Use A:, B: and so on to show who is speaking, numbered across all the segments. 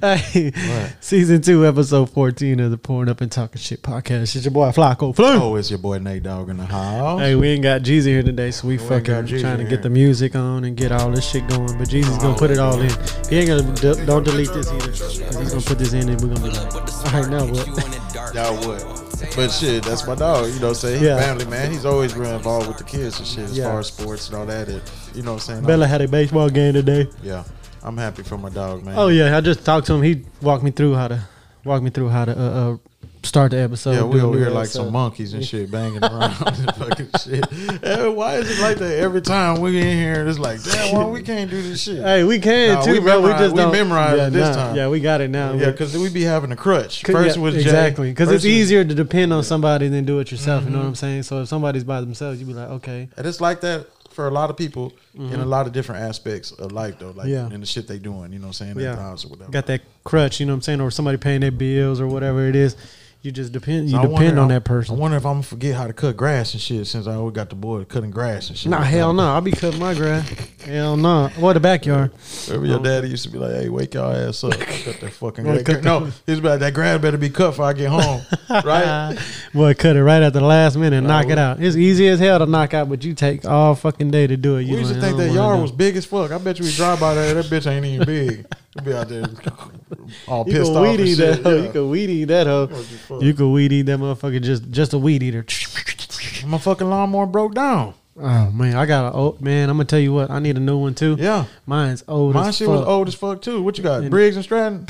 A: Hey, season two, episode fourteen of the Pouring Up and Talking Shit podcast. It's your boy Flacco Flu.
B: Oh, it's your boy Nate Dogg in the house.
A: Hey, we ain't got Jeezy here today, so we
B: We ain't
A: fucking
B: got Jeezy
A: trying to
B: here.
A: get the music on and get all this shit going. But Jeezy's gonna
B: Oh,
A: put it all in.
B: yeah.
A: He ain't gonna de- don't delete this either. 'cause he's gonna put this in, and we're gonna be like, all right, now what?
B: Y'all would. But shit, that's my dog. You know what I'm saying? He's
A: Yeah.
B: family, man. He's always real involved with the kids and shit as
A: Yeah.
B: far as sports and all that. It, you know what I'm saying?
A: Bella had a baseball game today.
B: I'm- yeah. I'm happy for my dog, man.
A: Oh yeah, I just talked to him. He walked me through how to walk me through how to uh, uh start the episode.
B: Yeah, we
A: do
B: over
A: the
B: here like
A: episode.
B: some monkeys and shit banging around and fucking shit. Hey, why is it like that every time we in here? It's like, damn, why we can't do this shit?
A: Hey, we can
B: Nah,
A: too,
B: we
A: bro. We
B: memorized-
A: just
B: we
A: don't.
B: memorized
A: yeah,
B: it this
A: nah,
B: time.
A: Yeah, we got it now.
B: yeah, because we be having a crutch.
A: C-
B: First
A: yeah,
B: was Jay.
A: exactly because it's
B: First Mm-hmm. was-
A: easier to depend on somebody than do it yourself. You know what I'm saying? So if somebody's by themselves, you be like, okay,
B: And it's like that for a lot of people in a lot of different aspects of life, though. Like,
A: Mm-hmm. Yeah.
B: and the shit they doing, you know what I'm saying? Their
A: Yeah.
B: jobs or whatever.
A: got that crutch. You know what I'm saying? Or somebody paying their bills or whatever it is. You just depend. You
B: I
A: depend
B: wonder-
A: on that
B: I
A: person.
B: wonder if I'm gonna forget how to cut grass and shit since I always got the boy cutting grass and shit.
A: Nah, hell no. I'll be cutting my grass. Hell no. What the backyard?
B: Remember your daddy used to be like, "Hey, wake your ass up, cut that fucking
A: Well,
B: grass."
A: cut
B: no, he's about that grass better be cut before I get home, right?
A: Boy, cut it right at the last minute. and
B: Nah,
A: knock
B: we-
A: it out. It's easy as hell to knock out, but you take all fucking day to do it.
B: We
A: You
B: used to
A: like, oh
B: think
A: I don't
B: that
A: wanna
B: yard
A: do
B: was
A: it.
B: big as fuck. I bet you we drive by there, that bitch ain't even big. We'd be out there all
A: You
B: pissed
A: can
B: off.
A: weed
B: and
A: eat that
B: shit.
A: hoe.
B: Yeah.
A: You can weed eat that hoe.
B: What the fuck?
A: You can weed eat that motherfucker. Just just a weed eater.
B: My fucking lawnmower broke down.
A: Oh man, I got a old man. I'm gonna tell you what. I need a new one too.
B: Yeah,
A: Mine's old.
B: mine
A: as
B: shit
A: fuck.
B: was old as fuck too. What you got, Briggs and Stratton?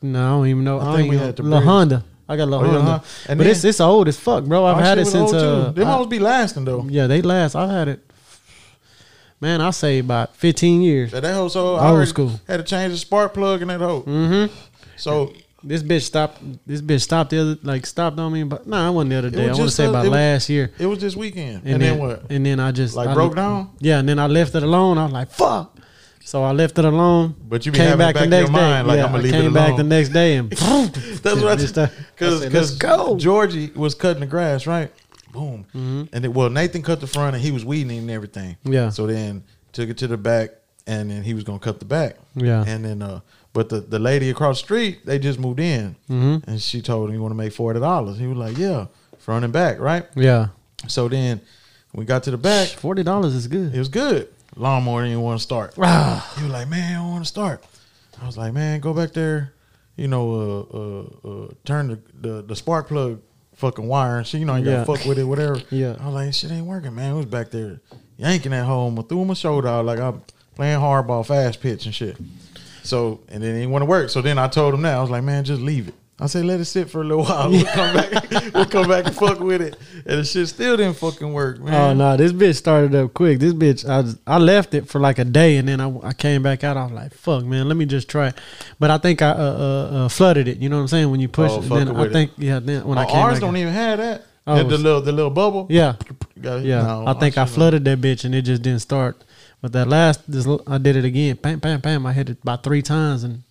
A: No, I don't even know.
B: think
A: I, don't even
B: we
A: know.
B: had the
A: La
B: bridge.
A: Honda. I got La
B: Oh, yeah,
A: Honda.
B: huh?
A: But
B: And
A: it's
B: then-
A: it's old as fuck, bro. I've
B: My
A: had
B: shit
A: it
B: was
A: since
B: old,
A: uh.
B: too. them
A: I-
B: hoes be lasting though.
A: yeah, they last. I've had it. Man, I say about 15 years.
B: That hoe so
A: Old
B: I already
A: school.
B: had to change the spark plug in that hoe.
A: Mm-hmm.
B: So
A: This bitch stopped. This bitch stopped the other like stopped on me, but no, nah, I wasn't the other day. I
B: was
A: want to
B: just
A: say
B: the-
A: about
B: it was-
A: last year.
B: it was this weekend, and,
A: And,
B: then, what?
A: And then I just
B: Like
A: I-
B: broke down?
A: Yeah, and then I left it alone. I was like, "Fuck!" So I left it alone.
B: But you be having it back in your mind, like, "I'ma leave
A: I
B: it
A: came back the
B: alone."
A: next day and
B: That's what I just because
A: said, "Let's go." Mm-hmm.
B: Georgie was cutting the grass, right? Boom, and then well Nathan cut the front and he was weeding it and everything.
A: Yeah.
B: So then took it to the back, and then he was gonna cut the back.
A: Yeah.
B: And then uh, but the the lady across the street they just moved in,
A: Mhm.
B: and she told him you want to make forty dollars. He was like, yeah, front and back, right?
A: yeah,
B: So then we got to the back,
A: forty dollars is
B: it
A: good.
B: was good. Lawnmower didn't want to start.
A: Ah,
B: He was like, man, I don't want to start. I was like, man, go back there, you know, uh, uh, uh, turn the, the the spark plug fucking wire and shit. You know, you gotta
A: Yeah.
B: fuck with it, whatever.
A: Yeah.
B: I was like, shit ain't working, man. I was back there yanking that home, threw my shoulder out like I'm playing hardball, fast pitch and shit. So and then it didn't want to work. So then I told him that I was like, man, just leave it. I said, let it sit for a little while. We'll come back. we'll come back and fuck with it. And the shit still didn't fucking work, man.
A: oh no, this bitch started up quick. This bitch, I was- I left it for like a day, and then I, I came back out. I was like, "Fuck, man, let me just try." it. But I think I uh, uh, uh, flooded it. You know what I'm saying? When you push
B: Oh,
A: it,
B: fucking
A: then I
B: with it.
A: think yeah. Then when I
B: Oh,
A: came
B: ours
A: back,
B: don't even have that.
A: Oh,
B: the,
A: it
B: the
A: was-
B: little the little bubble.
A: yeah.
B: Got-
A: Yeah,
B: no,
A: I think I
B: shouldn't.
A: flooded that bitch and it just didn't start. But that last, this l- I did it again. Bam, bam, bam. I hit it about three times and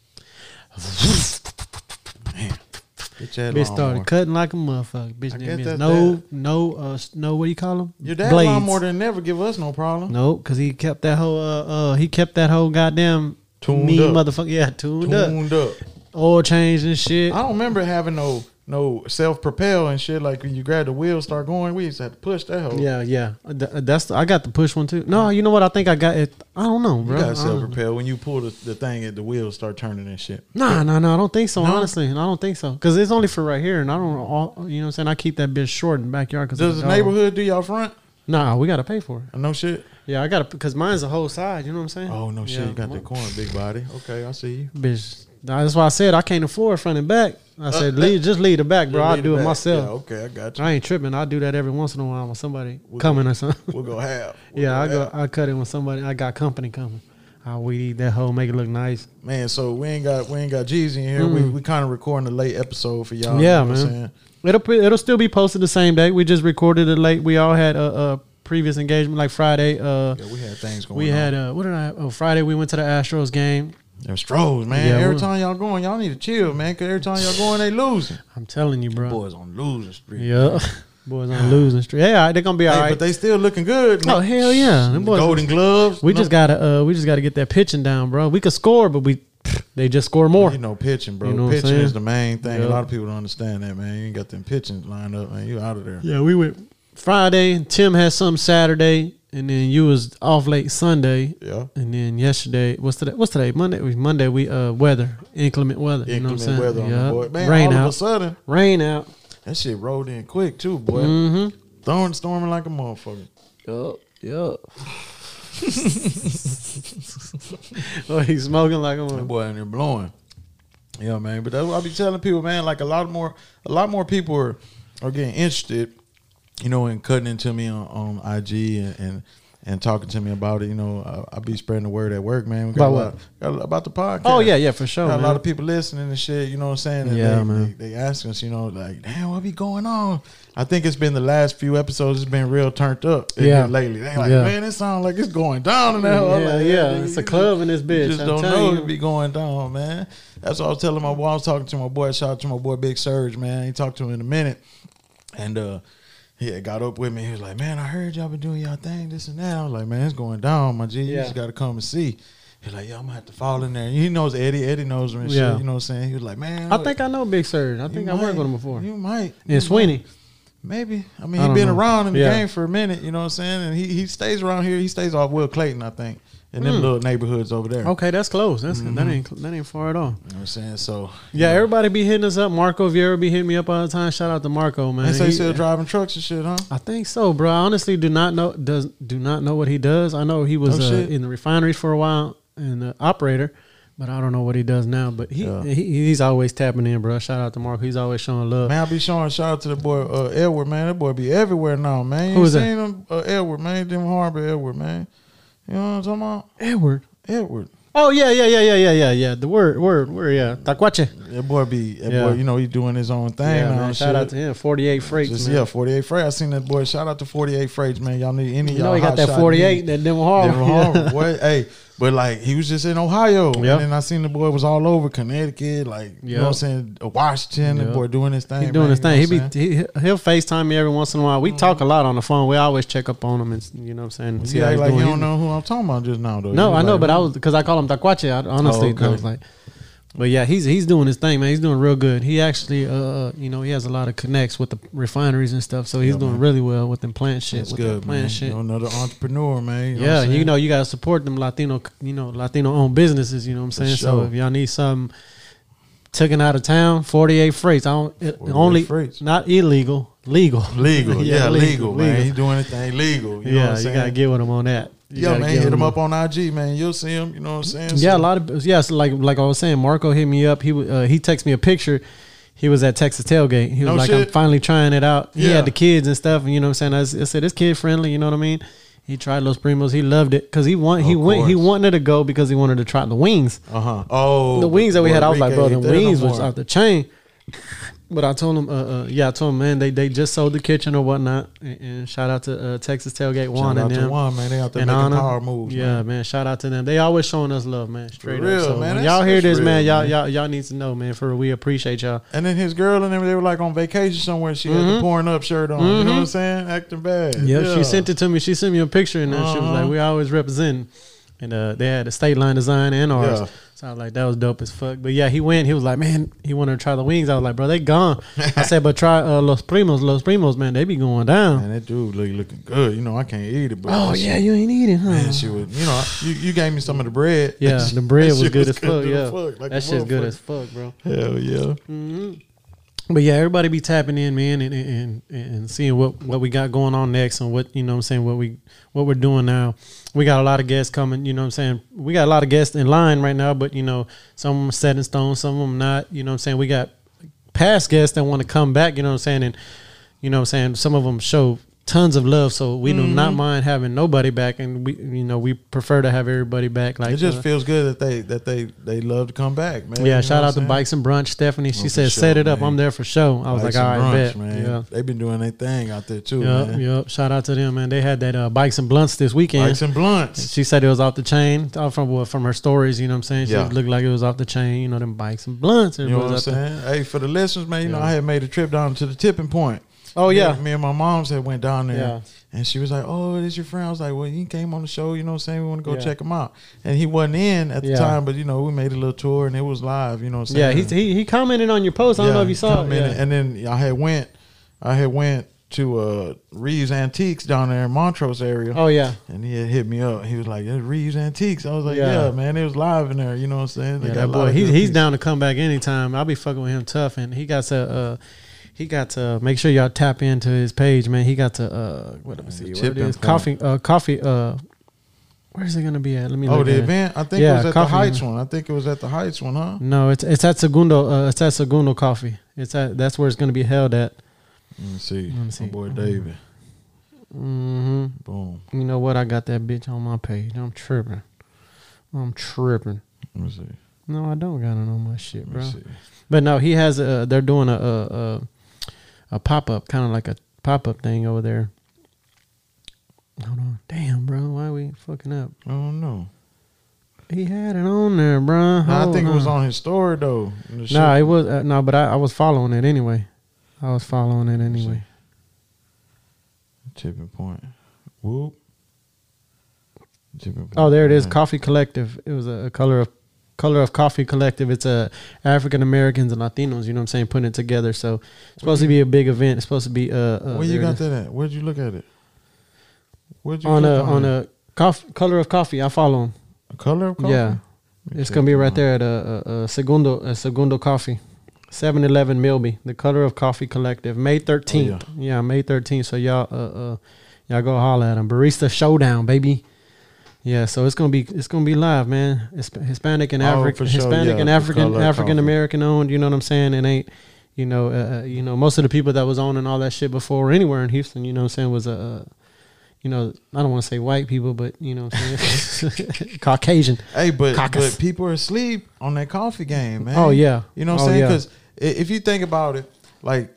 B: Bitch, had
A: bitch
B: lawnmower.
A: started cutting like a motherfucker. Bitch,
B: I
A: that
B: get
A: bitch-
B: that-
A: no, no, uh, s- no. What do you call them?
B: Your dad lawnmower didn't never give us no problem.
A: No, because he kept that whole, uh, uh, he kept that whole goddamn
B: Tuned
A: mean
B: up.
A: motherfucker. Yeah, tuned, up,
B: Tuned up.
A: oil change and shit.
B: I don't remember having no no self propel and shit like when you grab the wheel start going. We used to have to push that hoe.
A: Yeah, yeah. Th- That's the, I got the push one too. No, you know what? I think I got it. I don't know,
B: You
A: bro.
B: got
A: I don't
B: self
A: know.
B: propel when you pull the, the thing at the wheels start turning and shit.
A: Nah, nah, nah. I don't think so.
B: No?
A: Honestly, I don't think so. Cause it's only for right here, and I don't. All, you know, what I'm saying I keep that bitch short in the backyard. Cause
B: Does
A: of
B: the
A: dog.
B: neighborhood do y'all front?
A: Nah, we gotta pay for it.
B: No shit.
A: Yeah, I gotta because mine's a whole side. You know what I'm saying?
B: Oh no shit.
A: Yeah,
B: You got
A: my-
B: that corn, big body. Okay, I see you.
A: Bitch, nah, that's why I said I can't afford front and back.
B: Uh,
A: I said, leave, just leave the back, bro. I
B: Lead
A: do it
B: back.
A: myself.
B: Yeah, okay, I got you.
A: I ain't tripping. I do that every once in a while when somebody coming or something.
B: We'll go half. We'll
A: yeah, I go.
B: half.
A: I cut it when somebody. I got company coming. I weed eat that hoe, make it look nice.
B: Man, so we ain't got we ain't got Jeezy in here. We we kind of recording a late episode for y'all.
A: Yeah,
B: you know what I'm
A: man.
B: saying?
A: It'll pre- it'll still be posted the same day. We just recorded it late. We all had a, a previous engagement like Friday. Uh,
B: Yeah, we had things going.
A: we
B: on.
A: had uh, what did I? Oh, Friday we went to the Astros game.
B: Them Stros, man.
A: Yeah,
B: every
A: we-
B: time y'all going, y'all need to chill, man. Cause every time y'all going, they losing.
A: I'm telling you, bro.
B: Boys on losing street.
A: Yeah, Boys on losing streak. Yeah, they're gonna be all
B: Hey,
A: right.
B: But they still looking good.
A: Oh, hell yeah. Them boys-
B: Golden gloves.
A: we
B: No-
A: just gotta uh, we just gotta get that pitching down, bro. We could score, but we they just score more.
B: You know, pitching, bro.
A: You know what I'm
B: pitching
A: saying?
B: is the main thing. A
A: Yeah.
B: lot of people don't understand that, man. You ain't got them pitching lined up, man. You out of there.
A: Yeah, we went Friday. Tim had some Saturday, and then you was off late Sunday,
B: Yeah.
A: and then yesterday. What's today? What's today? Monday. It was Monday. We uh weather inclement weather. you know
B: Inclement
A: what I'm saying?
B: weather on
A: Yeah.
B: the board. Man,
A: rain
B: all
A: out.
B: of a sudden,
A: rain out.
B: that shit rolled in quick too, boy.
A: Mm-hmm.
B: Throwing storming like a motherfucker.
A: Yup. Yup. oh, he's smoking like a
B: That boy and they're blowing. Yeah, man. But that's what I be telling people, man. Like a lot more, a lot more people are are getting interested, you know, and cutting into me on, on IG and, and and talking to me about it. You know, I, I be spreading the word at work, man. We got
A: About
B: a
A: what?
B: lot, got a- about the podcast.
A: Oh yeah, yeah, for sure.
B: Got
A: man.
B: a lot of people listening and shit. You know what I'm saying? And
A: Yeah,
B: they,
A: man.
B: They, they ask us, you know, like, damn, what be going on? I think it's been the last few episodes. It's been real turned up
A: Yeah.
B: lately. They like,
A: Yeah.
B: man, it sounds like it's going down in that. hole." I'm
A: Yeah,
B: like,
A: yeah,
B: nigga,
A: it's a
B: you
A: club in this
B: just-
A: bitch,
B: You just
A: I'm
B: don't
A: telling
B: know
A: you.
B: it be going down, man. That's what I was telling my boy. I was talking to my boy. Shout out to my boy Big Surge, man. I ain't talked to him in a minute, and uh. He had got up with me. He was like, "Man, I heard y'all been doing y'all thing, this and that." I was like, "Man, it's going down, my G. You
A: Yeah.
B: just got to come and see." He's like, "Yo, I'm gonna have to fall in there." He knows Eddie. Eddie knows him and
A: Yeah.
B: shit. You know what I'm saying? He was like, "Man,
A: I think I know Big Surge. I
B: you
A: think I
B: might-
A: worked with him before.
B: You might. You
A: And Sweeney.
B: Maybe. I mean,
A: I
B: he
A: don't
B: been
A: know.
B: around in the
A: Yeah.
B: game for a minute, you know what I'm saying? And he, he stays around here. He stays off Will Clayton, I think, in them
A: Mm.
B: little neighborhoods over there.
A: Okay, that's close. That's that ain't that ain't far at all.
B: Mm-hmm. You know what I'm saying? So,
A: Yeah, everybody be hitting us up. Marco Vieira be hitting me up all the time. Shout out to Marco, man.
B: they say
A: He-
B: he, still driving trucks and shit, huh?
A: I think so, bro. I honestly do not know does do not know what he does. I know he was
B: No
A: uh,
B: Oh, shit.
A: in the refineries for a while and uh, operator, but I don't know what he does now. But he,
B: Yeah.
A: he he's always tapping in, bro. Shout out to Marco. He's always showing love.
B: Man, I be showing shout out to the boy uh, Edward, man. That boy be everywhere now, man. You
A: Who is
B: seen
A: that?
B: him? Uh, Edward, man. Jim Harbor, Edward, man. You know what I'm talking about?
A: Edward.
B: Edward.
A: Oh yeah, yeah, yeah, yeah, yeah, yeah, yeah. The word, word, word. Yeah, Taquache.
B: That boy be, that
A: Yeah.
B: boy, you know, he doing his own thing
A: Yeah,
B: now.
A: man.
B: and
A: Shout
B: shit.
A: out to him. Forty eight freights.
B: Just,
A: man.
B: yeah, 48 Freight. I seen that boy. Shout out to 48 Freights, man. Y'all need any
A: You
B: y'all
A: know he got
B: hot
A: that
B: shot
A: forty eight.
B: needs.
A: That Denver Harbor.
B: Denver Harbor, boy. Hey, but like he was just in Ohio.
A: Yep.
B: And then I seen the boy was all over Connecticut, like you know what I'm
A: Yep.
B: saying, Washington, the
A: Yep.
B: boy doing his thing.
A: He doing
B: man,
A: his
B: you know
A: thing. He
B: what
A: be
B: I'm saying? Mm-hmm.
A: he, he'll Facetime me every once in a while. We talk a lot on the phone. We always check up on him and s- you know what I'm saying. see
B: You
A: how
B: act
A: he's
B: like you
A: doing.
B: don't know who I'm talking about just now though.
A: No,
B: You
A: I know,
B: like,
A: but I was because I call him Taquache. I, honestly,
B: Oh, okay.
A: I was like, but yeah, he's he's doing his thing, man. He's doing real good. He actually, uh, you know, he has a lot of connects with the refineries and stuff, so he's
B: Yeah,
A: doing
B: man.
A: really well with them plant shit.
B: that's
A: with that
B: good,
A: plant
B: man.
A: shit.
B: You know, another entrepreneur, man. You know
A: yeah,
B: what I'm
A: you
B: saying?
A: know, you gotta support them Latino, you know, Latino owned businesses. You know what I'm saying? So
B: sure.
A: if y'all need something taken out of town, 48 freights. I don't it,
B: 48
A: only
B: freights.
A: not illegal, legal.
B: Legal, yeah,
A: Yeah,
B: legal,
A: legal,
B: man.
A: legal.
B: He doing his thing legal. You know what
A: yeah,
B: I'm
A: you
B: saying?
A: gotta get with them on that. You
B: yeah,
A: gotta
B: man.
A: get
B: Hit
A: with
B: him
A: 'em
B: up on IG, man. You'll see him. You know what I'm saying?
A: Yeah,
B: So-
A: a lot of yes, like like I was saying, Marco hit me up. He w- uh, he texted me a picture. He was at Texas Tailgate. He was
B: No
A: like,
B: shit.
A: "I'm finally trying it out." He
B: Yeah.
A: had the kids and stuff, and you know what I'm saying. I, s- I said, "It's kid friendly." You know what I mean? He tried Los Primos. He loved it because he want he
B: Of
A: went he
B: course.
A: wanted to go because he wanted to try the wings.
B: Uh-huh. Oh.
A: the wings that we had, I was like, "Bro,
B: Enrique
A: the
B: ain't there no
A: wings was
B: more.
A: out the chain." But I told him, uh, uh, yeah, I told him, man, they they just sold the kitchen or whatnot. And, and shout out to uh, Texas Tailgate Juan
B: Shout out
A: and
B: to
A: them
B: Juan, man. They out there
A: and
B: making
A: honor.
B: power moves.
A: Yeah,
B: man.
A: man. Shout out to them. They always showing us love, man. Straight
B: real,
A: up. So
B: man.
A: when
B: That's-
A: y'all hear
B: that's
A: this, man,
B: real,
A: y'all
B: man.
A: y'all y'all need to know, man. For real, we appreciate y'all.
B: And then his girl and everything, they were like on vacation somewhere. She had the
A: Mhm.
B: pouring up shirt on. You know what
A: Mhm.
B: I'm saying? Acting bad.
A: Yep. She sent it to me. She sent me a picture and that she was
B: Uh-huh.
A: like, we always representing. And uh, they had the state line design and ours.
B: Yeah.
A: So I was like, that was dope as fuck. But yeah, he went. He was like, man, he wanted to try the wings. I was like, bro, they gone. I said, but try uh, Los Primos. Los Primos, man, they be going down.
B: Man, that dude look, looking good. You know, I can't eat it, but
A: Oh,
B: she-
A: yeah, you ain't eating, huh?
B: Man, she was. You know, you, you gave me some of the bread.
A: Mm. yeah,
B: That
A: the bread
B: shit
A: was good as fuck.
B: to the
A: Yeah,
B: like a
A: that shit's good
B: motherfucker.
A: as fuck, bro.
B: Hell yeah.
A: Mm-hmm. But yeah, everybody be tapping in, man, and and, and and seeing what what we got going on next and what you know what I'm saying what we what we're doing now. We got a lot of guests coming, you know what I'm saying. We got a lot of guests in line right now, but you know, some of them set in stone, some of them not. You know what I'm saying. We got past guests that want to come back, you know what I'm saying, and you know what I'm saying some of them show tons of love, so we do
B: Mm-hmm.
A: not mind having nobody back, and we you know we prefer to have everybody back. Like
B: It just
A: uh,
B: feels good that they that they they love to come back, man.
A: yeah,
B: You know
A: shout
B: what
A: out to
B: I'm saying?
A: Bikes and Brunch, Stephanie. She
B: for
A: said,
B: sure,
A: "Set it up,
B: man.
A: I'm there for show." I was
B: Bikes
A: like, "All
B: and
A: right,
B: Brunch,
A: bet."
B: man.
A: Yeah.
B: They've been doing their thing out there too,
A: Yep,
B: man.
A: yep. Shout out to them, man. They had that uh, bikes and blunts this weekend.
B: Bikes and blunts.
A: she said it was off the chain uh, from well, from her stories. You know what I'm saying? She
B: Yeah.
A: looked like it was off the chain. You know them bikes and blunts.
B: You know
A: everybody
B: what I'm
A: was out there.
B: saying? Hey, for the listeners, man, you know,
A: Yeah.
B: I had made a trip down to the tipping point.
A: Oh,
B: Me-
A: yeah.
B: Me, and my mom said went down there,
A: Yeah.
B: and she was like, "Oh, this your friend?" I was like, "Well, he came on the show. You know what I'm saying? We want to go
A: Yeah.
B: check him out." And he wasn't in at the
A: Yeah.
B: time, but you know, we made a little tour and it was live. You know what I'm
A: Yeah,
B: saying?
A: he, he he commented on your post. I don't know if you saw it.
B: commented.
A: Yeah.
B: And then I had went, I had went to uh, Reeves Antiques down there in Montrose area.
A: Oh yeah,
B: And he had hit me up. He was like, "That's Reeves Antiques." I was like,
A: Yeah.
B: "Yeah, man, it was live in there." You know what I'm saying? They
A: yeah
B: got
A: that
B: a lot
A: boy.
B: of
A: He's
B: good
A: he's
B: pieces.
A: down to come back anytime. I'll be fucking with him tough, and he got to uh, he got to make sure y'all tap into his page, man. He got to uh, what let me see, where it
B: Tipping
A: is
B: point.
A: coffee uh coffee uh, where is it gonna be at? Let me.
B: Oh,
A: look at
B: the
A: it.
B: event. I think
A: Yeah,
B: it was at the
A: coffee Mm-hmm.
B: Heights one. I think it was at the Heights one, huh?
A: No, it's it's at Segundo. Uh, it's at Segundo Coffee. It's at that's where it's gonna be held at.
B: Let me see.
A: Let me see.
B: My boy David.
A: hmm
B: Boom.
A: You know what? I got that bitch on my page. I'm tripping. I'm tripping.
B: Let me see. Let
A: No, I don't got it on my shit,
B: me
A: bro.
B: see.
A: But no, he has a. They're doing a a, a, a pop up, kind of like a pop up thing over there. Hold on, damn, bro, why we fucking up?
B: I don't know.
A: He had it on there, bro.
B: Nah, I
A: Hold
B: think it was on his story though. And the shit-
A: No, it was uh, no, but I, I was following it anyway. I was following it
B: me see.
A: anyway.
B: tipping point. Whoop. Tipping point.
A: Oh, there it is.
B: Yeah.
A: Coffee Collective. It was a, a color of color of coffee collective. It's a African Americans and Latinos. You know what I'm saying? Putting it together. So it's supposed to be a big event. It's supposed to be uh, uh
B: Where you
A: there it
B: got
A: is.
B: that at? Where'd you look at it? Where'd you
A: on
B: click
A: a on
B: it?
A: a coffee, color of coffee. I follow him.
B: A color of coffee?
A: Yeah,
B: Let me
A: it's
B: check
A: gonna be
B: it
A: right
B: out.
A: there at a, uh uh segundo a segundo coffee. 7-Eleven Milby, the Color of Coffee Collective, May thirteenth.
B: Oh,
A: yeah. May thirteenth. So y'all, uh, uh, y'all go holler at them. Barista Showdown, baby. Yeah, so it's gonna be it's gonna be live, man. It's Hispanic and
B: Oh,
A: African,
B: for sure,
A: Hispanic
B: yeah,
A: and
B: the Color of
A: African
B: Coffee.
A: African American owned. You know what I'm saying? It ain't, you know, uh, uh, you know, most of the people that was on and all that shit before or anywhere in Houston, you know, what I'm saying was a. Uh, you know, I don't want to say white people, but you know, what I'm saying? Caucasian.
B: Hey, but
A: Caucus.
B: but people are asleep on that coffee game, man.
A: Oh, yeah.
B: you know what
A: Oh,
B: I'm saying?
A: yeah.
B: Because if you think about it, like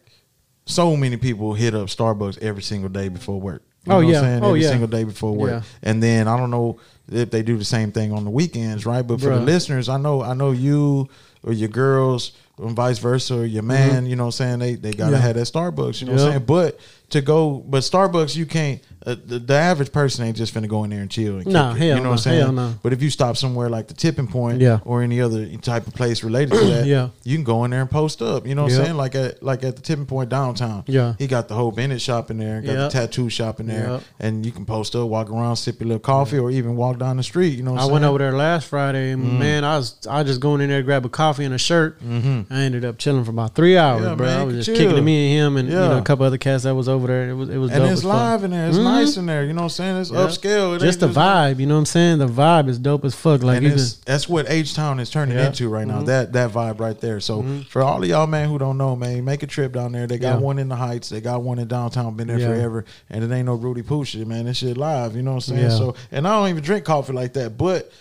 B: so many people hit up Starbucks every single day before work. You know
A: Oh, yeah.
B: what I'm saying?
A: Oh,
B: every
A: yeah.
B: single day before work.
A: Yeah.
B: And then I don't know if they do the same thing on the weekends, right? But for the
A: Bruh.
B: listeners, I know I know you or your girls and vice versa, or your man, you know what I'm saying? They they gotta
A: Mm-hmm. Yeah.
B: have that Starbucks, you know
A: Yeah.
B: what I'm saying? But to go, but Starbucks, you can't. Uh, the, the average person ain't just finna go in there and chill. And kick
A: Nah,
B: it,
A: hell
B: you know what
A: no,
B: I'm saying?
A: hell no.
B: But if you stop somewhere like the tipping point
A: Yeah.
B: or any other type of place related to that,
A: Yeah.
B: you can go in there and post up. You know what
A: Yeah.
B: I'm saying? Like at like at the tipping point downtown.
A: Yeah.
B: He got the whole Bennett shop in there, got
A: Yeah.
B: the tattoo shop in there,
A: Yeah.
B: and you can post up, walk around, sip your little coffee, or even walk down the street. You know what
A: I
B: I'm
A: went
B: saying? Mm.
A: over there last Friday, and man, I was I just going in there to grab a coffee and a shirt. Mm-hmm. I ended up chilling for about three hours,
B: Yeah,
A: bro.
B: man,
A: I
B: you
A: was
B: can
A: just kicking it,
B: chill.
A: me and him, and you
B: Yeah.
A: know a couple other cats that was over there. It was it was dope.
B: and
A: It
B: it's
A: was fun.
B: live in there. It's
A: Mhm.
B: nice in there. You know what I'm saying? It's
A: Yeah.
B: upscale. It
A: just
B: ain't
A: the vibe, you know what I'm saying? The vibe is dope as fuck. Like
B: and
A: you
B: it's,
A: just
B: that's what H Town is turning
A: Yeah. Mm-hmm.
B: into right now. That that vibe right there. So for all of y'all man who don't know, man, make a trip down there. They got
A: Yeah.
B: one in the Heights. They got one in downtown. Been there
A: Yeah.
B: forever. And it ain't no Rudy Poo shit, man. This shit live. You know what I'm saying?
A: Yeah.
B: So and I don't even drink coffee like that, but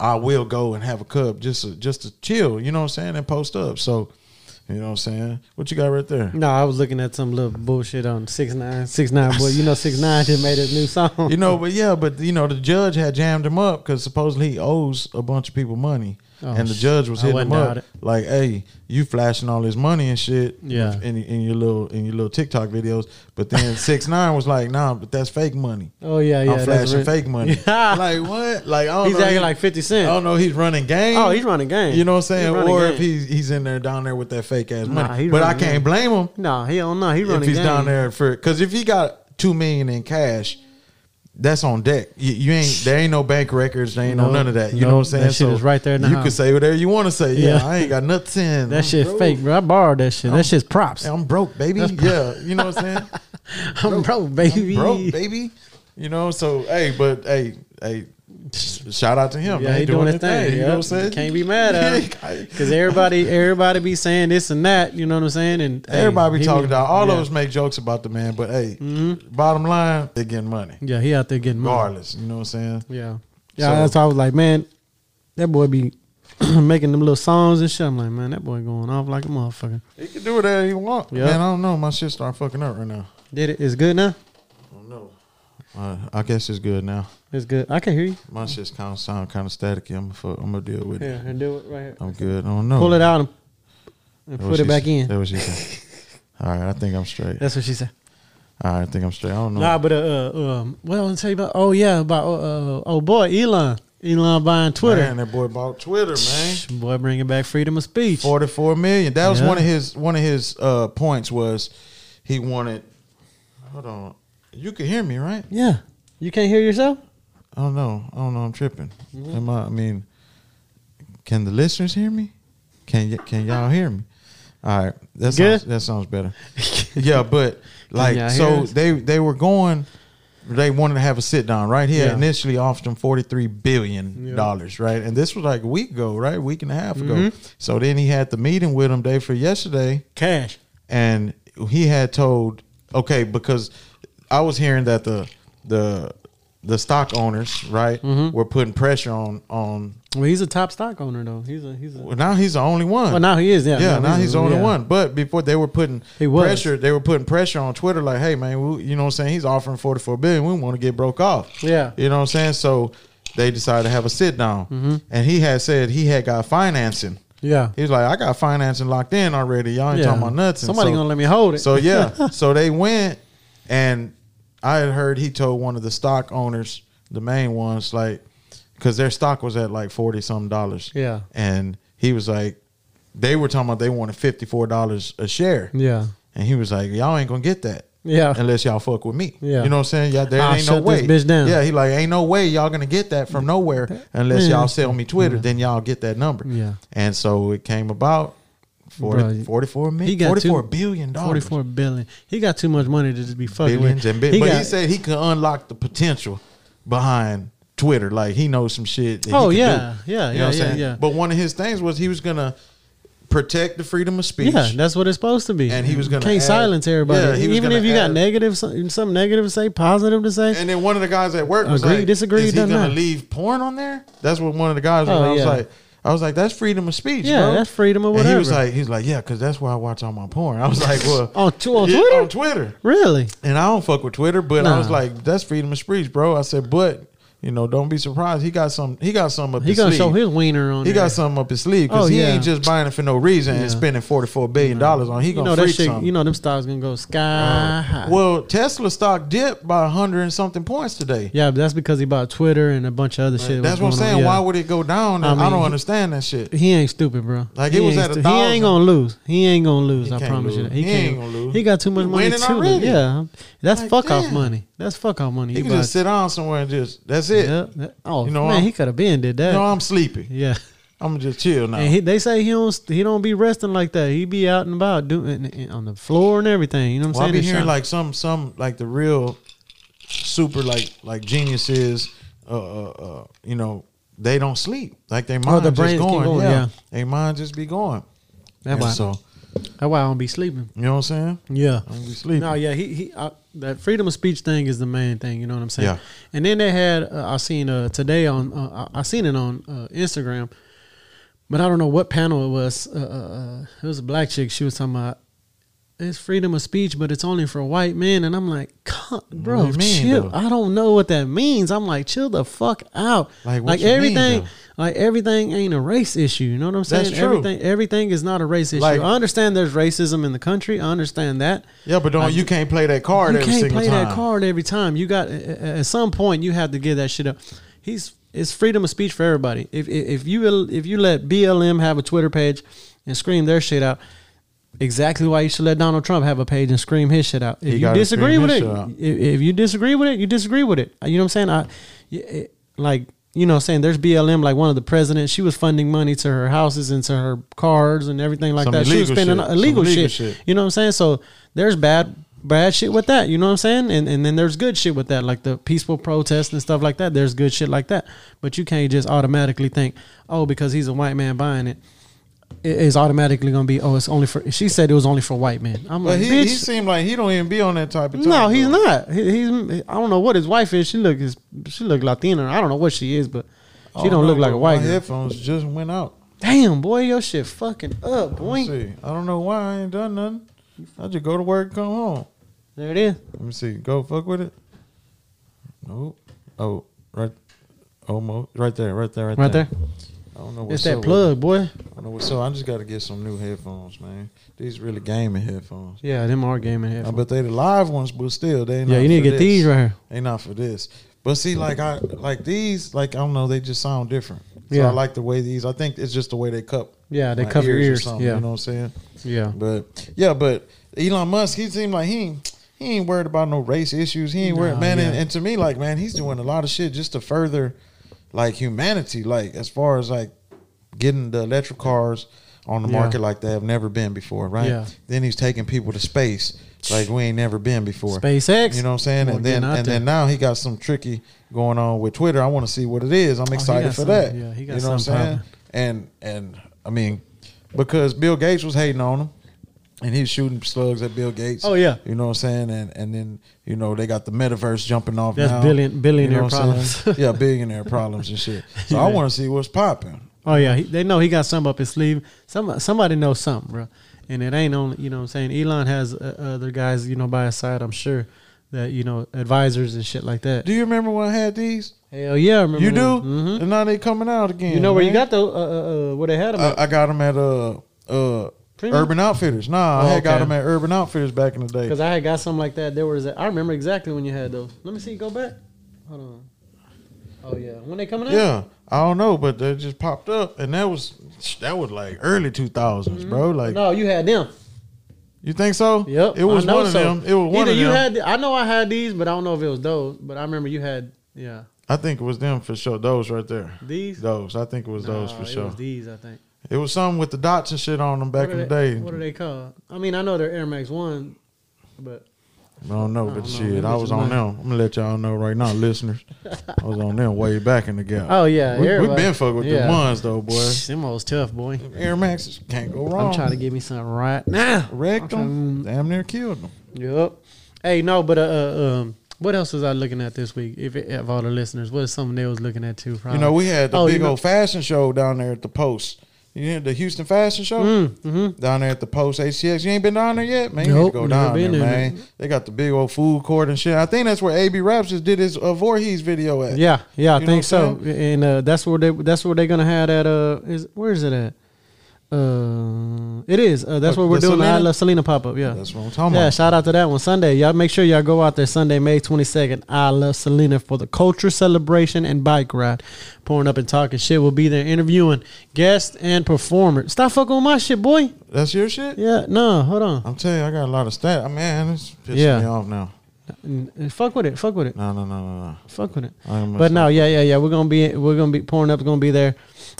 B: I will go and have a cup just to, just to chill. You know what I'm saying? And post up. So you know what I'm saying? What you got right there?
A: no, I was looking at some little bullshit on six nine six nine. Boy, you know six nine just made his new song.
B: You know, but yeah, but you know, the judge had jammed him up because supposedly he owes a bunch of people money,
A: Oh,
B: and the
A: sh-
B: judge was
A: I
B: hitting him
A: wouldn't doubt
B: up
A: it.
B: like, "Hey, you flashing all this money and shit,
A: Yeah.
B: in, in your little in your little TikTok videos." But then six nine was like, "Nah, but that's fake money.
A: oh yeah, yeah,
B: I'm
A: that's
B: flashing
A: real.
B: fake money."
A: Yeah.
B: Like what? Like I don't
A: he's
B: know.
A: acting
B: he-
A: like Fifty
B: I
A: Cent.
B: don't know. He's running game.
A: oh, he's running game.
B: You know what I'm saying?
A: He running
B: Or
A: game.
B: if he's he's in there down there with that fake ass
A: Nah,
B: money,
A: he
B: but I
A: running
B: can't blame him
A: no, he don't know. He running
B: if he's
A: game.
B: down there for because if he got two million in cash, that's on deck. You, you ain't there ain't no bank records, there ain't no,
A: No,
B: none of that. You
A: no,
B: know what I'm saying?
A: that shit is right there in the
B: you
A: house.
B: can say whatever you want to say. Yeah,
A: Yeah.
B: I ain't got nothing.
A: That
B: I'm
A: shit
B: broke.
A: fake, bro. I borrowed that shit. that shit's props.
B: I'm broke, baby. yeah, you know what I'm saying?
A: I'm broke, baby.
B: I'm broke, baby. You know, so hey, but hey, hey, shout out to him.
A: Yeah,
B: man.
A: he doing his thing.
B: You know what I'm saying?
A: Yep. Can't be mad at him because everybody, everybody be saying this and that. You know what I'm saying? And hey,
B: Everybody be
A: he
B: talking about all
A: yeah. Mm-hmm.
B: of us make jokes about the man, but hey, bottom line, they getting money
A: Yeah, he out there getting money.
B: regardless. You know what I'm saying?
A: Yeah, yeah.
B: So-
A: that's why I was like, man, that boy be making them little songs and shit. I'm like, man, that boy going off like a motherfucker.
B: He can do whatever he want.
A: Yeah.
B: Man, I don't know. My shit start fucking up right now.
A: Did it? It's good now.
B: I don't know. Uh, I guess it's good now.
A: It's good. I can hear you.
B: My shit's kind of sound kind of staticky. I'm gonna I'm gonna deal with
A: Here,
B: it.
A: here, do it right here.
B: I'm good. I don't know.
A: Pull it out and,
B: That
A: and put
B: what
A: it
B: she
A: back
B: said.
A: in.
B: That was she said. All right, I think I'm straight.
A: That's what she said.
B: All right, I think I'm straight. I don't know.
A: Nah, but uh, uh um, what I want to tell you about? Oh yeah, about uh, uh, oh boy, Elon, Elon buying Twitter.
B: Man, that boy bought Twitter, man.
A: Boy, bringing back freedom of speech.
B: Forty-four million. That was
A: Yeah.
B: one of his one of his uh, points was he wanted. Hold on, you can hear me, right?
A: Yeah, you can't hear yourself.
B: I don't know. I don't know. I'm tripping. Am I? I mean, can the listeners hear me? Can y- can y'all hear me? All right, that
A: Good?
B: sounds that sounds better. yeah, but like
A: y'all hear
B: so
A: us?
B: they they were going. They wanted to have a sit down, right? He had
A: Yeah.
B: initially offered him forty three billion
A: Yeah.
B: dollars, right? And this was like a week ago, right? A week and a half ago.
A: Mm-hmm.
B: So then he had the meeting with him day for yesterday
A: Cash.
B: and he had told okay because I was hearing that the the the stock owners right
A: Mm-hmm.
B: were putting pressure on on
A: Well, he's a top stock owner though. He's a he's a.
B: well now he's the only one
A: Well, now he is. Yeah,
B: yeah, now he's
A: a-
B: the only
A: yeah.
B: one but before they were putting
A: He was.
B: pressure they were putting pressure on Twitter like hey man we, you know what I'm saying he's offering 44 billion we want to get broke off
A: Yeah.
B: you know what I'm saying so they decided to have a sit down
A: Mm-hmm.
B: and he had said he had got financing
A: Yeah.
B: He's like, I got financing locked in already. Y'all ain't
A: yeah.
B: talking about nothing.
A: Somebody
B: So-
A: gonna let me hold it.
B: so yeah, so they went, and I had heard he told one of the stock owners, the main ones, like, because their stock was at like forty some dollars.
A: Yeah.
B: and he was like, they were talking about they wanted fifty four dollars a share,
A: yeah,
B: and he was like, y'all ain't gonna get that.
A: yeah.
B: Unless y'all fuck with me,
A: Yeah.
B: you know what I'm saying. Yeah, there
A: I'll
B: ain't no
A: shut this
B: way.
A: bitch down.
B: Yeah, he like ain't no way y'all gonna get that from nowhere unless
A: Yeah.
B: y'all sell me Twitter. Then y'all get that number.
A: Yeah.
B: and so it came about 40,
A: Bruh,
B: 44
A: he
B: million,
A: got two-
B: 44 billion dollars.
A: Forty-four billion. He got too much money to just be fucking
B: billions
A: with.
B: and billions.
A: He
B: but
A: got-
B: he said he could unlock the potential behind Twitter. Like he knows some shit. That he
A: Oh,
B: could
A: yeah.
B: do.
A: Yeah,
B: You know what I'm
A: yeah,
B: saying?
A: yeah, yeah.
B: But one of his things was he was gonna protect the freedom of speech.
A: Yeah, that's what it's supposed to be.
B: And he was gonna
A: can't
B: add-
A: silence everybody.
B: Yeah, he was
A: Even
B: gonna
A: if you got
B: add-
A: negative, some, some negative to say, positive to say.
B: and then one of the guys at work was
A: Agree,
B: like,
A: disagree,
B: "Is he
A: doesn't
B: gonna
A: matter."
B: leave porn on there?" That's what one of the guys. was.
A: Oh,
B: I was
A: yeah.
B: like, I was like, "That's freedom of speech."
A: yeah,
B: bro."
A: that's freedom or
B: And
A: whatever.
B: he was like, he's like, yeah, because that's where I watch all my porn. I was like, well,
A: On tw- on
B: yeah,
A: Twitter?
B: on Twitter.
A: really?
B: And I don't fuck with Twitter, but I was
A: Nah.
B: like, that's freedom of speech, bro. I said, but you know, don't be surprised. He got some. He got some up
A: He
B: his
A: gonna
B: sleeve.
A: show his wiener on.
B: he
A: there.
B: got something up his sleeve because
A: Oh,
B: he
A: yeah.
B: ain't just buying it for no reason
A: Yeah.
B: and spending forty four billion dollars on. He
A: You
B: gonna
A: know that
B: freak
A: shit.
B: something. Uh,
A: You know them stocks gonna go sky high.
B: well, Tesla stock dipped by hundred and something points today.
A: Yeah, but that's because he bought Twitter and a bunch of other shit. that
B: That's what I'm
A: was going
B: saying.
A: on. Yeah.
B: Why would it go down?
A: I
B: I,
A: mean,
B: don't
A: he-
B: understand that shit.
A: He ain't stupid, bro.
B: Like,
A: he
B: it was
A: ain't
B: at a
A: stu- He ain't
B: thousand.
A: gonna lose. He ain't gonna lose.
B: He
A: I
B: can't
A: promise you
B: lose.
A: that. He,
B: He
A: can't
B: ain't gonna lose.
A: He got too much
B: He
A: money
B: winning
A: too.
B: already.
A: Yeah, that's
B: Like,
A: fuck off
B: damn.
A: money. That's fuck off money.
B: He
A: You
B: can
A: buy-
B: just sit down somewhere and just that's it.
A: Yeah, that- Oh
B: You know,
A: man,
B: I'm-
A: he could have been did that.
B: You know, I'm sleepy.
A: yeah,
B: I'm just chill now.
A: and he, they say he don't st- he don't be resting like that. He be out and about doing and- and on the floor and everything. You know what I'm
B: Well, I
A: saying?
B: be
A: It's
B: hearing
A: shot.
B: like some some like the real super like like geniuses. Uh, uh, uh you know they don't sleep. Like they mind
A: Oh, the
B: just
A: brains keep
B: going.
A: going,
B: yeah.
A: yeah.
B: they mind just be going.
A: that's
B: And
A: why
B: so
A: that's why I don't be sleeping.
B: you know what I'm saying?
A: Yeah.
B: I don't be sleeping.
A: No, yeah, he he. I, that freedom of speech thing is the main thing. You know what I'm saying?
B: Yeah.
A: And then they had uh, I seen uh, today on uh, I I seen it on uh, Instagram, but I don't know what panel it was. Uh, uh, uh, it was a black chick. She was talking about it's freedom of speech, but it's only for white men. And I'm like, God, bro,
B: you mean,
A: chill.
B: though?
A: I don't know what that means. I'm like, chill the fuck out.
B: Like, what you mean,
A: everything,
B: though?
A: like everything ain't a race issue. You know what I'm saying?
B: That's true.
A: Everything, everything is not a race issue.
B: Like-
A: I understand there's racism in the country. I understand that
B: yeah, but don't you can't play that card
A: you
B: every
A: can't
B: single
A: play
B: time.
A: that card every time. You got a- a- at some point you have to give that shit up. He's it's freedom of speech for everybody. If if if you if you let BLM have a Twitter page and scream their shit out, exactly why you should let Donald Trump have a page and scream his shit out. If
B: He
A: you
B: gotta
A: disagree
B: scream
A: with
B: his
A: it,
B: shit out.
A: if, if you disagree with it, you disagree with it. You know what I'm saying? I y- it- like you know what I'm saying there's BLM like one of the presidents she was funding money to her houses and to her cars and everything like
B: Some
A: that. She was
B: illegal
A: spending
B: shit. Some
A: illegal,
B: illegal
A: shit.
B: shit.
A: You know what I'm saying? So there's bad bad shit with that. You know what I'm saying? And and then there's good shit with that, like the peaceful protests and stuff like that. There's good shit like that. But you can't just automatically think, oh, because he's a white man buying it, it is automatically gonna be oh, it's only for. She said it was only for white men. I'm
B: But
A: like,
B: he, he
A: bitch.
B: seemed like he don't even be on that type of. Time,
A: no, he's
B: though.
A: not. He, he's. I don't know what his wife is. She look. Is, she look Latina. I don't know what she is, but
B: I
A: she don't look
B: know,
A: like
B: Oh, but
A: a white
B: My
A: girl.
B: headphones just went out.
A: Damn, boy, your shit fucking up,
B: Let's
A: boy.
B: see. I don't know why I ain't done nothing. I just go to work, come home.
A: There it is.
B: Let me see. Go fuck with it. Nope. Oh, right. Almost right there. Right there. Right,
A: Right there.
B: I don't know.
A: It's
B: What's
A: that
B: up
A: plug, boy.
B: With it. I don't know what. So I just got to get some new headphones, man. These really gaming headphones.
A: Yeah, them are gaming
B: I
A: headphones.
B: bet they the live ones, but still they.
A: Yeah,
B: not
A: you need
B: for
A: to get
B: this.
A: these right here.
B: They not for this. But see, like I like these, like I don't know, they just sound different. So
A: Yeah.
B: I like the way these. I think it's just the way they cup.
A: Yeah, they
B: my
A: cover your
B: or
A: ears.
B: something,
A: Yeah,
B: you know what I'm saying.
A: yeah.
B: But yeah, but Elon Musk, he seemed like he ain't, he ain't worried about no race issues. He ain't worried,
A: Nah,
B: man. And,
A: yeah.
B: and to me, like man, he's doing a lot of shit just to further like humanity. Like as far as like getting the electric cars on the
A: Yeah.
B: market like they have never been before, right?
A: Yeah.
B: Then he's taking people to space like we ain't never been before.
A: SpaceX.
B: You know what I'm saying?
A: Well,
B: And then
A: getting out
B: and
A: there.
B: then now he got some tricky going on with Twitter. I want to see what it is. I'm
A: Oh, he
B: excited
A: got
B: for
A: something.
B: that.
A: Yeah, he got
B: you know what I'm
A: something
B: saying? And and I mean, because Bill Gates was hating on him. And he's shooting slugs at Bill Gates.
A: Oh, yeah.
B: you know what I'm saying, and and then you know they got the metaverse jumping off.
A: That's
B: now.
A: billion- billionaire
B: what I'm saying?
A: problems.
B: yeah, billionaire problems and shit. So I
A: Yeah.
B: want to see what's popping.
A: Oh yeah, he, they know he got something up his sleeve. Some somebody knows something, bro. And it ain't on. You know what I'm saying? Elon has uh, other guys, you know, by his side. I'm sure that you know advisors and shit like that.
B: Do you remember when I had these?
A: Hell yeah, I remember
B: You do,
A: them. Mhm.
B: and now they coming out again.
A: You know where you
B: man.
A: got the uh, uh, uh, where they had them?
B: I, I got them at uh uh
A: Premium?
B: Urban Outfitters. Nah, I
A: Oh,
B: had got
A: okay.
B: them at Urban Outfitters back in the day.
A: Because I had got something like that. There was a, I remember exactly when you had those. Let me see. Go back. Hold on. Oh yeah, when they coming out?
B: Yeah, I don't know, but they just popped up, and that was that was like early two bro. Like
A: Mm-hmm. No, you had them.
B: you think so?
A: Yep.
B: It was
A: I know
B: one of
A: so.
B: them. It was one
A: Either
B: of
A: you
B: them.
A: had. I know I had these, but I don't know if it was those. But I remember you had. Yeah,
B: I think it was them for sure. Those right there.
A: these.
B: Those. I think it was those
A: Nah,
B: for
A: it
B: sure.
A: was these, I think.
B: it was some with the dots and shit on them back
A: What
B: in
A: are
B: the
A: they-
B: day.
A: What are they called? I mean, I know they're Air Max One, but
B: I don't know,
A: I
B: but
A: don't know.
B: shit,
A: Maybe
B: I
A: it's
B: was
A: a
B: on
A: name.
B: them. I'm gonna let y'all know right now, listeners. I was on them way back in the gap.
A: oh yeah,
B: we, we
A: everybody-
B: been fucked with
A: yeah.
B: the ones though, boy.
A: Them old tough, boy.
B: Air Maxes can't go wrong.
A: I'm trying to get me something right now.
B: wrecked them. Damn near killed them.
A: Yep. Hey, no, but uh, uh, um, what else was I looking at this week? If it, of all the listeners, what is something they was looking at too? Probably.
B: You know, we had the
A: Oh, you
B: big
A: know-
B: old fashion show down there at the Post. You know the Houston fashion show
A: mm-hmm.
B: down there at the Post HCX. You ain't been down there yet, man. You need to
A: Nope,
B: go
A: never
B: down there,
A: been there,
B: man. They got the big old food court and shit. I think that's where AB Raps just did his uh, Voorhees video at.
A: Yeah, yeah, I
B: You know
A: think
B: what
A: so.
B: I'm
A: And uh, that's where they that's where they're gonna have that. Uh, is where is it at? Uh, it is. Uh, that's
B: Oh,
A: where we're
B: the
A: doing. the I
B: Selena?
A: love Selena pop up. Yeah.
B: that's what I'm talking
A: Yeah,
B: about.
A: shout out to that one. Sunday, y'all make sure y'all go out there Sunday, May 22nd. I love Selena for the culture celebration and bike ride. Pouring up and talking shit. We'll be there interviewing guests and performers. Stop fucking with my shit, boy.
B: That's your shit.
A: Yeah, no, hold on.
B: I'm telling you, I got a lot of stat. Man, it's pissing
A: Yeah.
B: me off now.
A: N- n- Fuck with it. Fuck with it.
B: No, no, no, no, no.
A: Fuck with it.
B: I am
A: But no, yeah, yeah, yeah. We're gonna be we're gonna be pouring up's gonna be there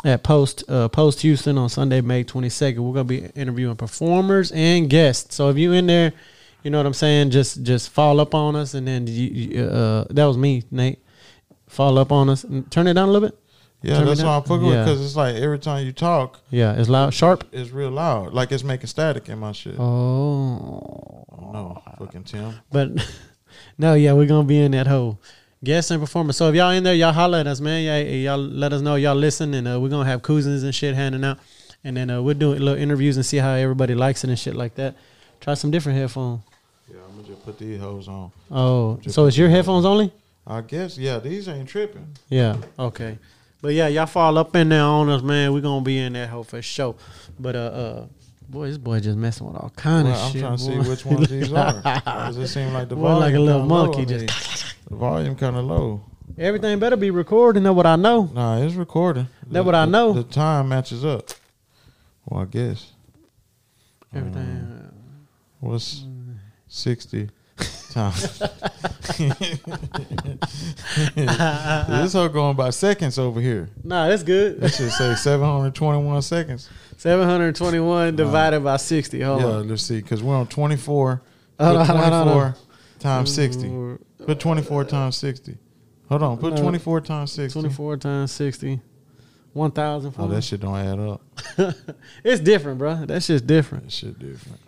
A: at post uh, post Houston on Sunday, May twenty second. We're gonna be interviewing performers and guests. So if you in there, you know what I'm saying. Just just fall up on us, and then you, you, uh, that was me, Nate. Fall up on us. and Turn it down a little bit.
B: yeah,
A: turn me
B: that's
A: down.
B: why I'm fucking with
A: Yeah.
B: because it's like every time you talk,
A: Yeah, it's loud, sharp.
B: it's real loud. Like it's making static in my shit.
A: Oh,
B: Oh, no, fucking Tim.
A: but no, yeah, we're gonna be in that hole. Guests and performers. So if y'all in there, y'all holler at us, man. Y'all, y'all let us know y'all listen, and uh, we're gonna have cousins and shit handing out, and then uh, we'll do little interviews and see how everybody likes it and shit like that. Try some different headphones.
B: Yeah, I'm gonna just put these hoes on.
A: Oh, so it's your headphones only?
B: I guess, yeah, these ain't tripping.
A: Yeah. Okay. But yeah, y'all fall up in there on us, man. We're gonna be in that hole for sure. But uh, uh boy, this boy just messing with all kind
B: Well,
A: of
B: I'm
A: shit.
B: trying to see
A: boy.
B: which ones these are. Does it seem like the
A: Boy,
B: volume
A: like a little
B: kinda low
A: monkey
B: on
A: just-
B: these? the volume kind of low.
A: Everything better be recording. Know what I know.
B: Nah, it's recording.
A: That
B: The-
A: what I know.
B: The, the time matches up. Well, I guess Mm.
A: Everything. uh,
B: what's sixty times? this hoe going by seconds over here.
A: Nah, that's good.
B: That should say seven hundred twenty-one seconds.
A: 721 divided by 60. Hold
B: yeah,
A: on.
B: let's see, because we're on twenty-four.
A: Hold
B: Put
A: on, hold on, hold on.
B: twenty-four times sixty. Put 24 times 60. Hold on. Put
A: No.
B: 24 times 60.
A: 24 times 60.
B: Oh, that
A: 1,000.
B: shit don't add up.
A: it's different, bro. That shit's different.
B: That shit different.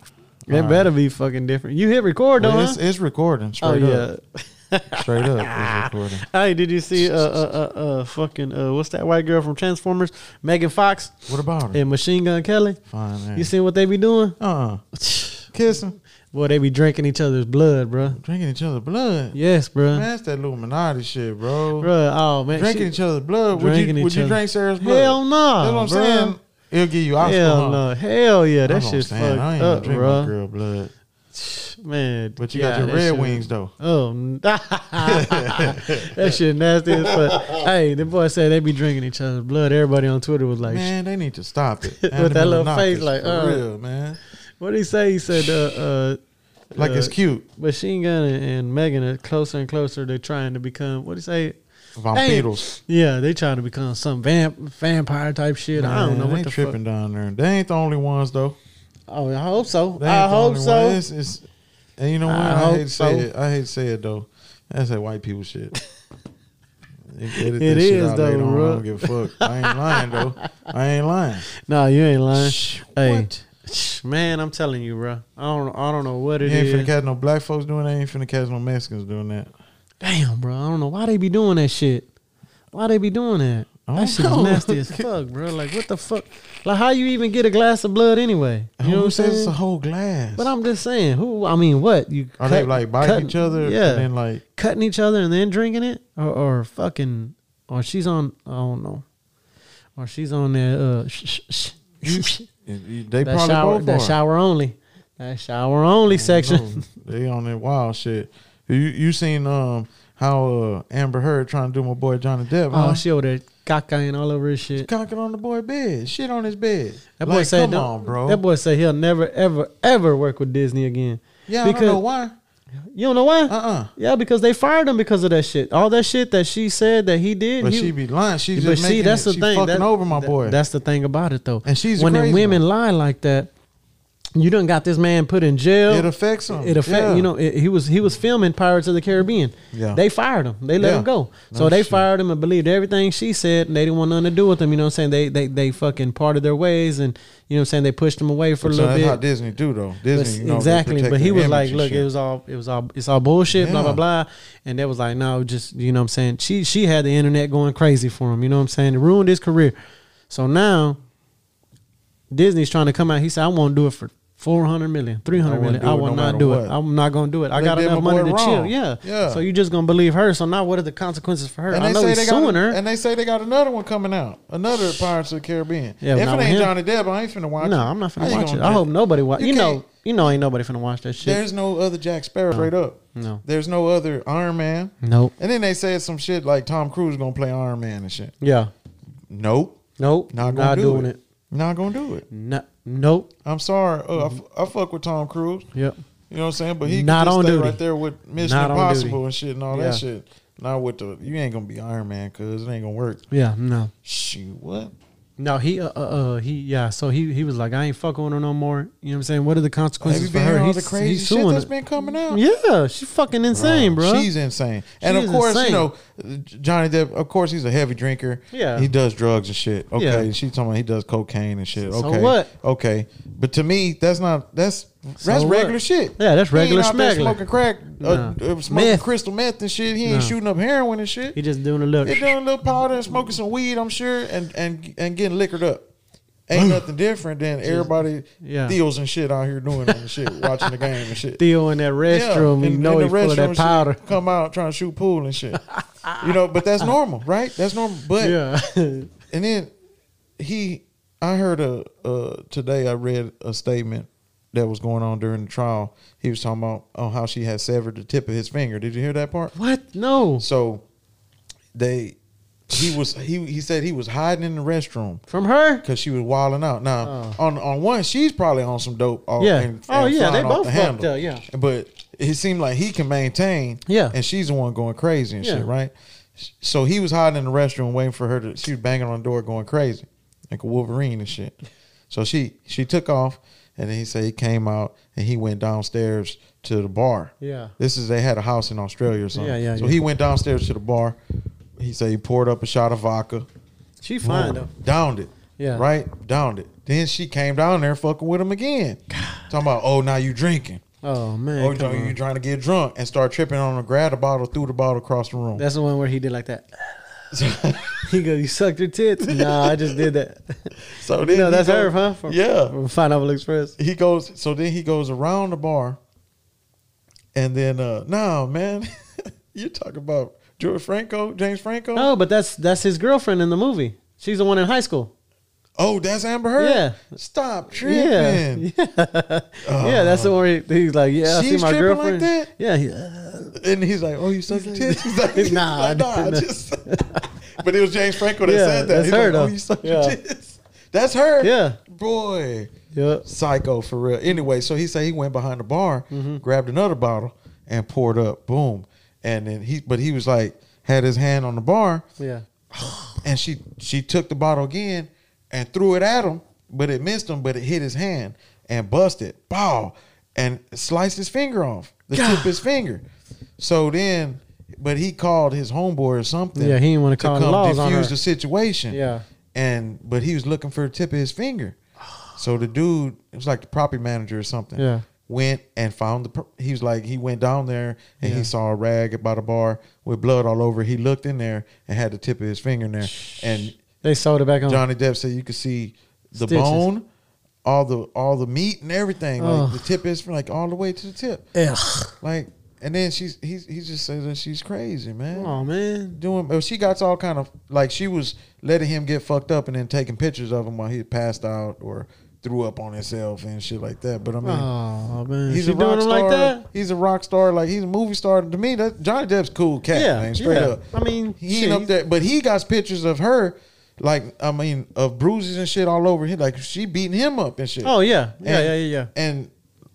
A: It
B: All
A: better be fucking different. You hit record, though,
B: But
A: huh?
B: it's, it's recording.
A: Oh,
B: Straight
A: yeah.
B: up. Straight up. It's recording.
A: Hey, did you see uh, uh, uh, uh, fucking, uh, what's that white girl from Transformers? Megan Fox
B: What about it?
A: and Machine Gun Kelly.
B: Fine. Man.
A: You seen what they be doing?
B: uh-uh. Kissing.
A: Boy, they be drinking each other's blood, bro.
B: Drinking each other's blood.
A: Yes,
B: Man,
A: bro.
B: that's that Illuminati shit, bro.
A: Bruh, oh, man.
B: Drinking
A: she-
B: each other's blood. Would you,
A: Drinking
B: would
A: each
B: you
A: other-
B: drink Sarah's blood?
A: Hell no.
B: That's what I'm saying. It'll give you Oscar.
A: hell
B: huh?
A: no, hell yeah, that
B: I
A: shit's
B: don't understand. I ain't
A: fucked
B: gonna
A: up,
B: drink no
A: bro.
B: girl blood.
A: Man,
B: But you
A: yeah,
B: got your
A: that
B: red
A: shit-
B: wings though.
A: Oh, n- that shit nasty as fuck. Hey, the boy said they be drinking each other's blood. Everybody on Twitter was like,
B: Man, they need to stop it.
A: With
B: Animal
A: that little face,
B: knockers,
A: like,
B: for
A: uh,
B: real, man.
A: "What did he say?" He said, "Uh, uh
B: Like it's
A: uh,
B: cute.
A: Machine Gun and, and Megan are closer and closer. They're trying to become what do you say?
B: Vampiros.
A: Yeah, they trying to become some vamp vampire type shit. I don't
B: Man,
A: know
B: they
A: what the
B: tripping down there. They ain't the only ones though.
A: fuck. Oh, I hope so.
B: They ain't
A: I
B: the
A: hope
B: only
A: so.
B: ones. It's- it's- and you know what?
A: I
B: I,
A: hope
B: hate to say
A: so.
B: it. I hate to say it though. That's that white people shit. Edit
A: It
B: this shit
A: is,
B: out
A: though,
B: later on. I
A: bro.
B: don't give a fuck. I ain't lying though. I ain't lying.
A: No, you ain't lying.
B: Shh,
A: Hey.
B: What?
A: Man, I'm telling you, bro. I don't. I don't know what
B: You
A: it
B: ain't
A: is.
B: finna catch no black folks doing that. You ain't finna catch no Mexicans doing that.
A: Damn, bro. I don't know why they be doing that shit. Why they be doing that?
B: I
A: That
B: don't
A: shit's
B: know.
A: nasty as fuck, bro. Like, what the fuck? Like, how you even get a glass of blood anyway? You know
B: Who
A: what I'm
B: says it's
A: saying?
B: a whole glass?
A: But I'm just saying, who? I mean, what you?
B: Are they
A: cut-
B: like biting
A: cutting-
B: each other?
A: Yeah,
B: And then like
A: cutting each other and then drinking it, or, or fucking, or she's on. I don't know. Or she's on that. Uh, sh- sh- sh-
B: You-
A: sh-
B: they
A: that
B: probably
A: shower.
B: both
A: That
B: are.
A: shower only. That shower only section.
B: No, they on that wild shit. You you seen um how uh, Amber Heard trying to do my boy Johnny Depp?
A: Oh,
B: huh?
A: she over there cockeying all over his shit.
B: cocking on the boy bed, shit on his bed.
A: That boy
B: like,
A: said,
B: come
A: no-
B: on, bro.
A: That boy said he'll never, ever, ever work with Disney again.
B: yeah, I
A: because-
B: don't know why.
A: You don't know why?
B: Uh uh
A: Yeah, because they fired him because of that shit. All that shit that she said that he did.
B: But
A: he-
B: she be lying. She's
A: but
B: just
A: see,
B: making
A: that's
B: it.
A: the
B: She
A: thing.
B: fucking
A: That-
B: over my
A: that-
B: boy.
A: that's the thing about it, though.
B: And she's a
A: when the
B: crazy
A: women
B: one.
A: lie like that, you done got this man put in jail.
B: it affects him.
A: It affect
B: Yeah.
A: you know it, he was he was filming Pirates of the Caribbean.
B: Yeah.
A: They fired him. They let
B: Yeah.
A: him go.
B: No
A: so they
B: shit.
A: fired him and believed everything she said and they didn't want nothing to do with him, you know what I'm saying? They they they fucking parted their ways and you know what I'm saying they pushed him away for a
B: So
A: little
B: that's how
A: bit.
B: Disney do though.
A: But-
B: Disney, you know, they
A: exactly.
B: protect
A: But he
B: their
A: was
B: image
A: like,
B: and
A: look,
B: shit.
A: it was all it was all it's all bullshit, blah blah
B: Yeah.
A: blah. And they was like, no, just you know what I'm saying. She she had the internet going crazy for him, you know what I'm saying? It ruined his career. So now Disney's trying to come out. He said, I won't do it for 400 million, 300
B: I wouldn't do
A: million. I
B: it
A: will
B: no
A: not
B: matter
A: do it.
B: what.
A: I'm not going to do it. I
B: They
A: got
B: did my
A: enough
B: boy
A: money to chill.
B: wrong.
A: Yeah.
B: Yeah.
A: So you just going to believe her. So now what are the consequences for her? I know he's
B: got
A: suing her.
B: and they say they got another one coming out, another Pirates of the Caribbean.
A: Yeah,
B: if
A: not
B: it
A: with
B: ain't
A: him.
B: Johnny Depp, I ain't finna watch.
A: no,
B: it.
A: I'm not
B: I
A: finna
B: ain't
A: watch it.
B: gonna
A: I
B: do
A: hope nobody watch.
B: You
A: You, know,
B: can't-
A: you know, ain't nobody finna watch that shit.
B: There's no other Jack Sparrow straight up.
A: No,
B: There's no other Iron Man.
A: nope.
B: And then they said some shit like Tom Cruise gonna play Iron Man and shit.
A: Yeah,
B: Nope,
A: nope.
B: not
A: Not,
B: gonna do
A: doing it.
B: it. Not gonna do it.
A: No, nope.
B: I'm sorry. Uh, I f I I, fuck with Tom Cruise.
A: Yep.
B: You know what I'm saying? But he could
A: Not
B: just
A: on
B: stay
A: duty.
B: right there with Mission
A: Not on
B: Impossible
A: duty.
B: and shit and all
A: Yeah.
B: that shit. Not with the you ain't gonna be Iron Man because it ain't gonna work.
A: Yeah. No.
B: Shoot, what?
A: No. He. Uh. Uh. uh, He. Yeah. So he. He was like, I ain't fucking with her no more. You know what I'm saying? What are the
B: Have
A: consequences
B: you
A: for
B: been hearing
A: her?
B: all
A: He's,
B: the crazy
A: he's
B: shit
A: suing
B: that's
A: her.
B: been coming out?
A: Yeah. She's fucking insane, bro.
B: She's insane. and of
A: is
B: course,
A: insane.
B: you know, Johnny Depp, of course, he's a heavy drinker.
A: Yeah.
B: He does drugs and shit. Okay.
A: Yeah.
B: She's talking about he does cocaine and shit.
A: So
B: Okay.
A: what?
B: Okay. But to me, that's not, that's
A: So
B: that's
A: what?
B: regular shit.
A: Yeah, that's
B: He ain't
A: regular
B: out there
A: schmegler.
B: smoking crack, uh,
A: Nah.
B: uh, smoking
A: Meth.
B: crystal meth and shit. He ain't
A: Nah.
B: shooting up heroin and shit.
A: He just doing a look.
B: He doing a little powder and smoking some weed, I'm sure, and and and getting liquored up. Ain't nothing different than everybody
A: yeah.
B: deals and shit out here doing and shit, watching the game and shit.
A: Theo in that restroom,
B: Yeah,
A: you
B: in-
A: know
B: in
A: he's
B: the
A: full
B: restroom
A: of that
B: shit,
A: powder.
B: Come out trying to shoot pool and shit. you know, but that's normal, right? That's normal. But
A: Yeah.
B: and then he, I heard a uh, today. I read a statement that was going on during the trial. He was talking about on how she had severed the tip of his finger. Did you hear that part?
A: what? No.
B: So they, he was he he said he was hiding in the restroom.
A: From her?
B: Cause she was wilding out. Now on on one, she's probably on some dope. All,
A: Oh. Yeah.
B: And, and
A: Oh, yeah,
B: flying
A: they
B: off
A: both
B: the
A: fucked
B: handle.
A: up, yeah.
B: But it seemed like he can maintain.
A: Yeah.
B: And she's the one going crazy and
A: Yeah.
B: shit, right? So he was hiding in the restroom waiting for her to. She was banging on the door going crazy, like a Wolverine and shit. So she she took off, and then he said he came out and he went downstairs to the bar.
A: Yeah.
B: This is they had a house in Australia or something.
A: Yeah, yeah,
B: So
A: yeah.
B: he went downstairs to the bar. He said he poured up a shot of vodka.
A: She fine, though.
B: Downed it.
A: Yeah.
B: Right? Downed it. Then she came down there fucking with him again. Talking about, oh, now you drinking.
A: Oh, man.
B: Oh,
A: come
B: you
A: on.
B: you trying to get drunk and start tripping on him, grab the bottle, threw the bottle across the room.
A: That's the one where he did like that. he goes, You sucked your tits? nah, I just did that.
B: so
A: You know,
B: he
A: that's
B: go-
A: her, huh? From,
B: Yeah.
A: From Pineapple Express.
B: He goes, so then he goes around the bar and then, uh, no, man, you're talking about George Franco, James Franco?
A: Oh. No, but that's that's his girlfriend in the movie. She's the one in high school.
B: Oh, that's Amber Heard.
A: Yeah.
B: Stop tripping. Uh.
A: Yeah, yeah. yeah, that's the one where he's like, yeah, I see
B: She's
A: my
B: tripping like
A: girlfriend.
B: that?
A: Yeah, he, uh,
B: And he's like, "Oh, you suck your tits." He's like,
A: Nah, I
B: nah, nah, I
A: didn't know."
B: just. but it was James Franco that
A: Yeah,
B: said that.
A: that's
B: He's
A: her,
B: like,
A: though.
B: "Oh, you suck
A: Yeah.
B: your tits." That's her.
A: Yeah.
B: boy,
A: yep.
B: psycho for real. Anyway, so he said he went behind the bar,
A: Mm-hmm.
B: grabbed another bottle, and poured up. Boom, and then he, but he was like, had his hand on the bar,
A: Yeah.
B: and she she took the bottle again and threw it at him, but it missed him, but it hit his hand and busted. Bow. And sliced his finger off. The tip of his finger. So then but he called his homeboy or something.
A: Yeah, he didn't wanna call the
B: come
A: laws on
B: defuse
A: her.
B: the situation.
A: Yeah.
B: And but he was looking for the tip of his finger. So the dude, it was like the property manager or something.
A: Yeah.
B: Went and found the. per- He was like, he went down there and
A: Yeah.
B: he saw a rag by the bar with blood all over. He looked in there and had the tip of his finger in there. And
A: They sold it back on.
B: Johnny Depp said you could see the
A: Stitches.
B: bone, all the all the meat and everything.
A: Ugh.
B: Like the tip is like all the way to the tip.
A: Yeah.
B: Like and then she's he's he just says that she's crazy, man.
A: Oh man.
B: Doing oh, she got all kind of like she was letting him get fucked up and then taking pictures of him while he passed out or threw up on himself and shit like that. But I mean
A: Oh man.
B: He's
A: she
B: a
A: doing
B: rock
A: him
B: star.
A: like that.
B: He's a rock star. Like he's a movie star. To me, that Johnny Depp's cool cat.
A: Yeah,
B: man, straight
A: yeah.
B: up.
A: I mean,
B: he
A: shit,
B: ain't up
A: he's-
B: there, but he got pictures of her. Like I mean, of bruises and shit all over him. Like she beating him up and shit.
A: Oh yeah. Yeah.
B: And-
A: yeah. Yeah. Yeah.
B: And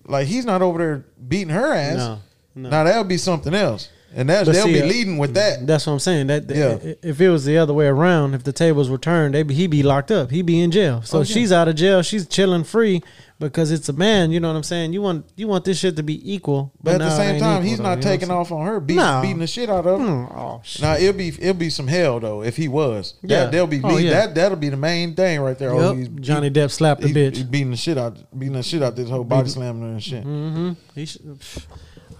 B: like he's not over there beating her ass.
A: No, no.
B: Now that'll be something else, and that
A: But
B: they'll
A: see,
B: be
A: uh,
B: leading with that.
A: That's what I'm saying. That that-
B: Yeah.
A: if it was the other way around, if the tables were turned, they he'd be locked up. He'd be in jail. So
B: Oh, yeah.
A: she's out of jail. She's chilling free because it's a man. You know what I'm saying? You want you want this shit to be equal,
B: But at
A: no,
B: the
A: it
B: same
A: ain't
B: time,
A: equal,
B: he's
A: though,
B: not
A: you know what I'm
B: taking off on her, beating,
A: No.
B: beating the shit out of her.
A: saying? Mm, Oh shit.
B: Now it'll be it'll be some hell though if he was.
A: Yeah.
B: Yeah, that, they'll be
A: Oh, yeah.
B: that that'll be the main thing right there. Oh,
A: Yep.
B: he's
A: Johnny Depp slapped the
B: he,
A: bitch.
B: he beating the shit out beating the shit out this whole body slamming her and shit.
A: mm-hmm. He should, pff,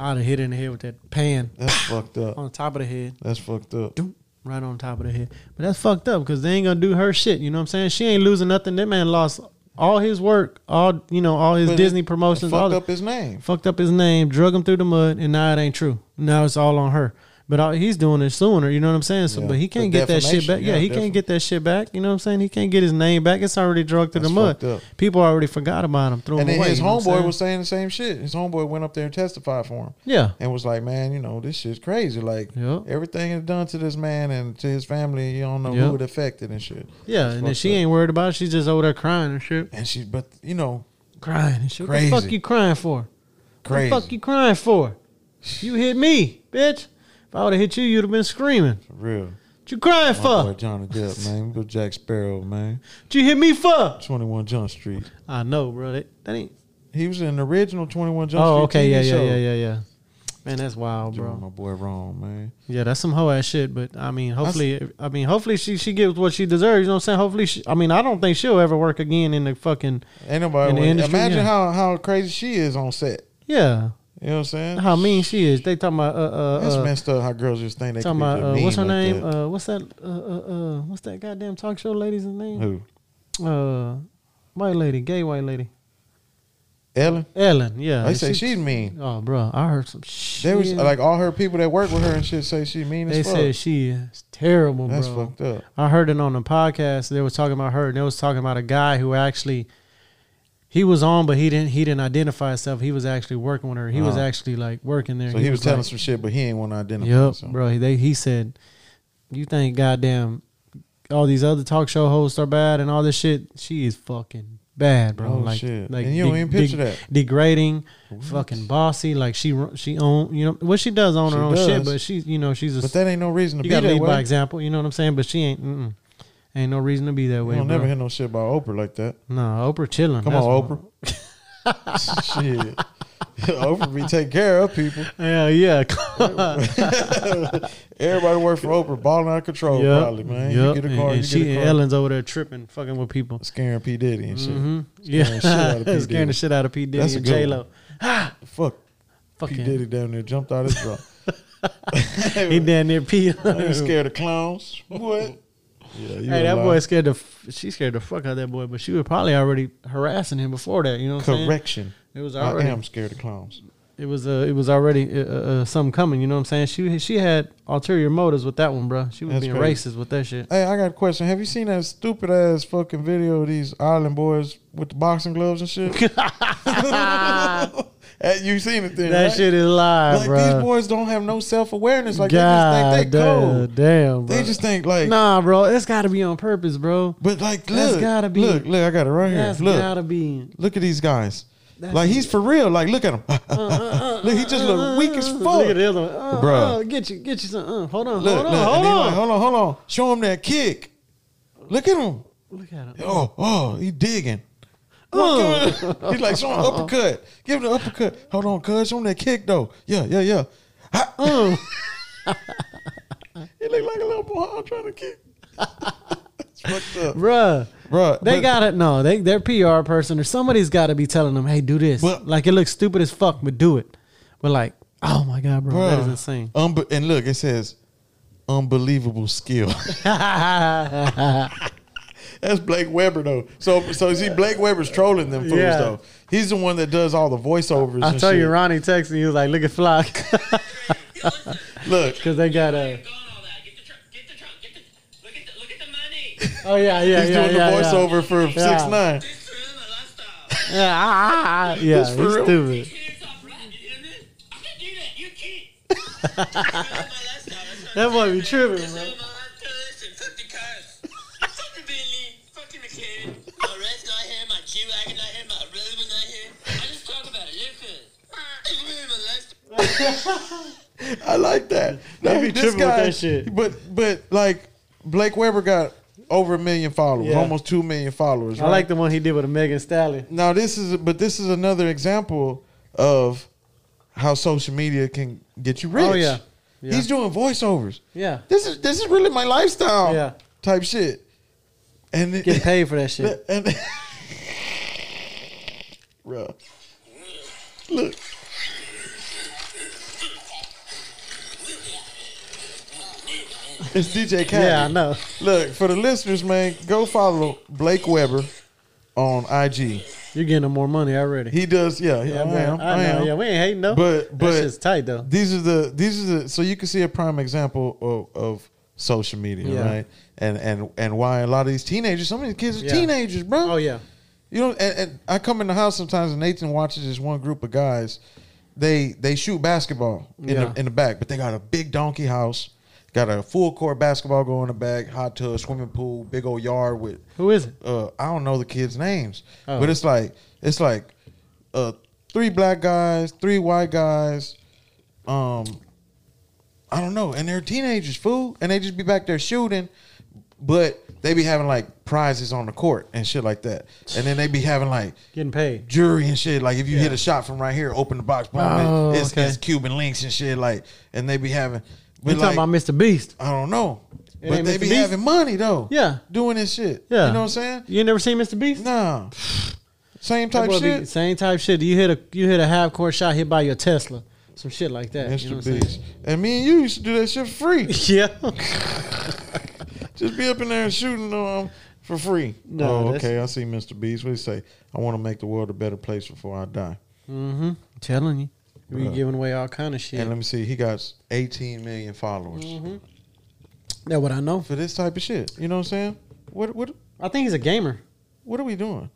A: I'd have hit her in the head with that pan
B: That's fucked up.
A: on the top of the head.
B: That's fucked up.
A: Doom, Right on top of the head. But that's fucked up because they ain't gonna do her shit. You know what I'm saying? She ain't losing nothing. That man lost all his work, all you know, all his
B: But it-
A: Disney
B: It
A: promotions, all
B: Fucked
A: the
B: up his name.
A: fucked up his name, drug him through the mud, and now it ain't true. Now it's all on her. But all he's doing is suing her. You know what I'm saying? So,
B: Yeah.
A: but he can't
B: The
A: get that shit
B: defamation,
A: back. Yeah,
B: yeah,
A: he
B: definitely.
A: can't get that shit back. You know what I'm saying? He can't get his name back. It's already drugged through the
B: That's
A: mud.
B: fucked up.
A: People already forgot about him, threw
B: And
A: him
B: then
A: away.
B: his
A: you know what I'm
B: homeboy
A: saying?
B: was saying the same shit. His homeboy went up there and testified for him
A: yeah,
B: and was like, Man, you know, this shit's crazy. Like
A: Yeah.
B: everything is done to this man and to his family, you don't know
A: Yeah.
B: who it affected and shit.
A: yeah.
B: It's
A: And then
B: fucked
A: she
B: up.
A: ain't worried about. it. She's just over there crying and shit,
B: and she but you know,
A: crying and shit. What the fuck
B: Crazy.
A: you crying for?
B: crazy.
A: What the fuck you crying for? You hit me, bitch. If I would have hit you, you'd have been screaming.
B: for real.
A: What you crying
B: My
A: for?
B: boy Johnny Depp, man. Go Jack Sparrow, man.
A: What you hit me for?
B: Twenty one Jump Street.
A: I know, bro. That, that ain't
B: He was in the original Twenty One Jump
A: Oh,
B: Street.
A: okay, yeah,
B: TV
A: yeah,
B: show.
A: yeah, yeah, yeah. Man, that's wild,
B: Doing
A: bro.
B: my boy wrong, man.
A: Yeah, that's some hoe ass shit. But I mean, hopefully, I, mean, hopefully she she gets what she deserves. You know what I'm saying? Hopefully, she, I mean, I don't think she'll ever work again in the fucking
B: Ain't nobody.
A: In the
B: would-
A: industry,
B: imagine
A: yeah.
B: how how crazy she is on set.
A: yeah.
B: You know what I'm saying?
A: How mean she is? They talking about uh uh,
B: That's
A: uh
B: messed up. How girls just think they can
A: talking
B: be
A: about uh,
B: mean
A: what's her
B: like
A: name?
B: that.
A: Uh, what's that? Uh, uh uh what's that goddamn talk show lady's name?
B: Who?
A: Uh, white lady, gay white lady,
B: Ellen.
A: Ellen. Yeah,
B: they say
A: Uh, she-
B: she's mean.
A: Oh, bro, I heard some shit.
B: They was like all her people that work with her and shit say she mean
A: they
B: as fuck.
A: said she is terrible,
B: That's
A: bro.
B: fucked up.
A: I heard it on the podcast. They was talking about her, and they was talking about a guy who actually he was on, but he didn't he didn't identify himself. He was actually working with her. He was
B: Uh-huh.
A: actually like working there.
B: So he, was, telling
A: like,
B: some shit, but he ain't want to identify.
A: "Yep,
B: so.
A: bro." They he said, "You think goddamn all these other talk show hosts are bad and all this shit? She is fucking bad, bro.
B: Oh,
A: like,
B: shit.
A: like
B: And you don't even picture that.
A: degrading." Fucking bossy, like she ru- she own you know what she does own her
B: She
A: own shit,
B: does.
A: but she you know she's a
B: But that ain't no reason to be
A: you gotta
B: that
A: lead by
B: way.
A: example. You know what I'm saying? But she ain't. Mm-mm. Ain't no reason to be that
B: You
A: way.
B: don't
A: bro.
B: never hear no shit about Oprah like that.
A: no, Oprah chilling.
B: Come
A: That's
B: on,
A: what-
B: Oprah. shit. Oprah be taking care of people.
A: Yeah, yeah.
B: Everybody work for Oprah, balling out of control,
A: Yep,
B: Oh, probably, man.
A: yep.
B: You get a
A: and,
B: car,
A: and
B: you
A: she
B: get a
A: and
B: car.
A: Ellen's over there tripping, fucking with people.
B: Scaring P. Diddy and shit.
A: hmm
B: Scaring the shit out of
A: Yeah,
B: P.
A: scaring the
B: Diddy.
A: shit out of P Diddy
B: That's a
A: and
B: good
A: J Lo.
B: Fuck. P. Diddy
A: Fucking,
B: down there jumped out his truck.
A: he down there pee.
B: I ain't
A: hey,
B: scared of clowns. What? Yeah, you a
A: that
B: lie.
A: boy scared the. f- She scared the fuck out of that boy, but she was probably already harassing him before that. You know what I'm saying?
B: Correction.
A: It was
B: I
A: already.
B: am scared of clowns.
A: it was uh, it was already uh, uh, something coming. You know what I'm saying? She she had ulterior motives with that one, bro. She was
B: That's
A: being
B: crazy.
A: racist with that shit.
B: Hey, I got a question. Have you seen that stupid ass fucking video of these island boys with the boxing gloves and shit? Hey, you seen it then?
A: That
B: right?
A: shit is live,
B: Like these
A: bro.
B: boys don't have no self awareness. Like
A: God
B: they just think they
A: damn,
B: cold.
A: damn, bro.
B: They just think like
A: nah, bro. It's got to be on purpose, bro.
B: But like,
A: That's
B: look,
A: gotta be-
B: look, look, I got it right here.
A: That's
B: Look,
A: gotta be.
B: look at these guys.
A: That's- Uh,
B: like he's for real. Like, look at him. look, he just look weak as fuck.
A: Look at the other one. Uh,
B: Bruh.
A: uh, get you, get you some. Uh, hold on,
B: Look,
A: hold on,
B: look, and
A: hold
B: he
A: on.
B: like, hold on, hold on. Show him that kick. Look at him.
A: Look at him.
B: Oh, oh, he digging.
A: Uh.
B: He's like, show him uppercut. Give him the uppercut. Hold on, cuz. Show him that kick though. Yeah, yeah, yeah. Ha.
A: Uh.
B: He look like a little boy. I'm trying to kick. it's fucked up,
A: Bruh.
B: Bruh,
A: They
B: but-
A: got it. No, they their PR person or somebody's got to be telling them, "Hey, do this."
B: Well-
A: like it looks stupid as fuck, but do it. But like, oh my god, bro, that is
B: Bruh.
A: insane.
B: Unbe- and look, it says unbelievable skill. That's Blake Weber though. So so see, Blake Weber's trolling them fools
A: Yeah.
B: though. He's the one that does all the voiceovers.
A: I
B: and
A: tell
B: shit.
A: you, Ronnie texted. He was like, "Look at Flock,"
B: Look,
A: because they got
C: Get
A: a.
C: the trunk, get the trunk, get the look at the look at the money.
A: Oh yeah, yeah,
B: he's
A: yeah,
B: doing
A: yeah,
B: the voiceover for
A: Yeah.
B: six nine.
C: This room a lifestyle.
A: Yeah, yeah, ah, ah, ah. yeah
B: It's
A: he's
B: for real.
A: stupid.
C: Kids off rap, you hear me? I can do that, you can't.
A: That boy be tripping,
C: This
A: bro.
C: room my uncles and fuck the cars. Fuck the Bentley, fuck the McLaren. My red's not here, my G wagon not here, my room is not here. I just talk about it, listen. This room a lifestyle.
B: I like that. No,
A: They be
B: this
A: tripping with
B: guy-
A: that shit.
B: But but like Blake Weber got over a million followers,
A: Yeah.
B: almost two million followers.
A: I like
B: that.
A: the one he did with a Megan Stallion.
B: Now this is but this is another example of how social media can get you rich.
A: Oh, yeah. Yeah.
B: He's doing voiceovers.
A: Yeah,
B: This is this is really my lifestyle.
A: Yeah.
B: Type shit. And it,
A: get paid for that shit.
B: And Bruh. Look. It's DJ Khaled.
A: Yeah, I know.
B: Look, for the listeners, man, go follow Blake Weber on IG.
A: You're getting him more money already.
B: He does, yeah, yeah,
A: yeah,
B: I
A: man,
B: am. I,
A: I know.
B: am.
A: Yeah, we ain't hating though.
B: But- but-
A: that shit's tight though.
B: These are the these are the so you can see a prime example of, of social media,
A: Yeah.
B: right? And and and why a lot of these teenagers, some of these kids are
A: Yeah.
B: teenagers, bro.
A: Oh yeah,
B: You know, and, and I come in the house sometimes, and Nathan watches this one group of guys. They they shoot basketball in
A: Yeah.
B: the in the back, but they got a big donkey house, got a full court basketball goal in the back, hot tub, swimming pool, big old yard with
A: who is it?
B: uh, I don't know the kids' names,
A: Oh.
B: but it's like it's like uh, three black guys, three white guys, um, I don't know, and they're teenagers, fool, and they just be back there shooting, but they be having like prizes on the court and shit like that, and then they be having like
A: Getting paid.
B: jury and shit. Like if you hit a shot from right here, open the box, boom,
A: Oh,
B: it's,
A: okay.
B: it's Cuban links and shit. Like, and they be having,
A: We
B: but
A: talking
B: like,
A: about Mr. Beast?
B: I don't know,
A: It
B: but
A: ain't
B: they
A: Mr.
B: be
A: Beast?
B: having money though.
A: Yeah.
B: doing this shit.
A: Yeah,
B: you know what I'm saying.
A: You ain't never seen Mr. Beast?
B: Nah. Same
A: That
B: type
A: boy be-
B: shit.
A: same type shit. You hit a you hit a half court shot hit by your Tesla, some shit like that.
B: Mr.
A: You know what I'm
B: Beast. And me and you used to do that shit for free.
A: saying? Yeah.
B: Just be up in there and shooting um for free.
A: No,
B: oh,
A: that's-
B: okay. I see Mr. Beast. What do you say? I want to make the world a better place before I die.
A: mm-hmm. Telling you, we
B: Bruh.
A: giving away all kind of shit.
B: And let me see. He got 18 million followers
A: Mm-hmm. That's what I know.
B: for this type of shit. You know what I'm saying? What what
A: I think he's a gamer.
B: what are we doing?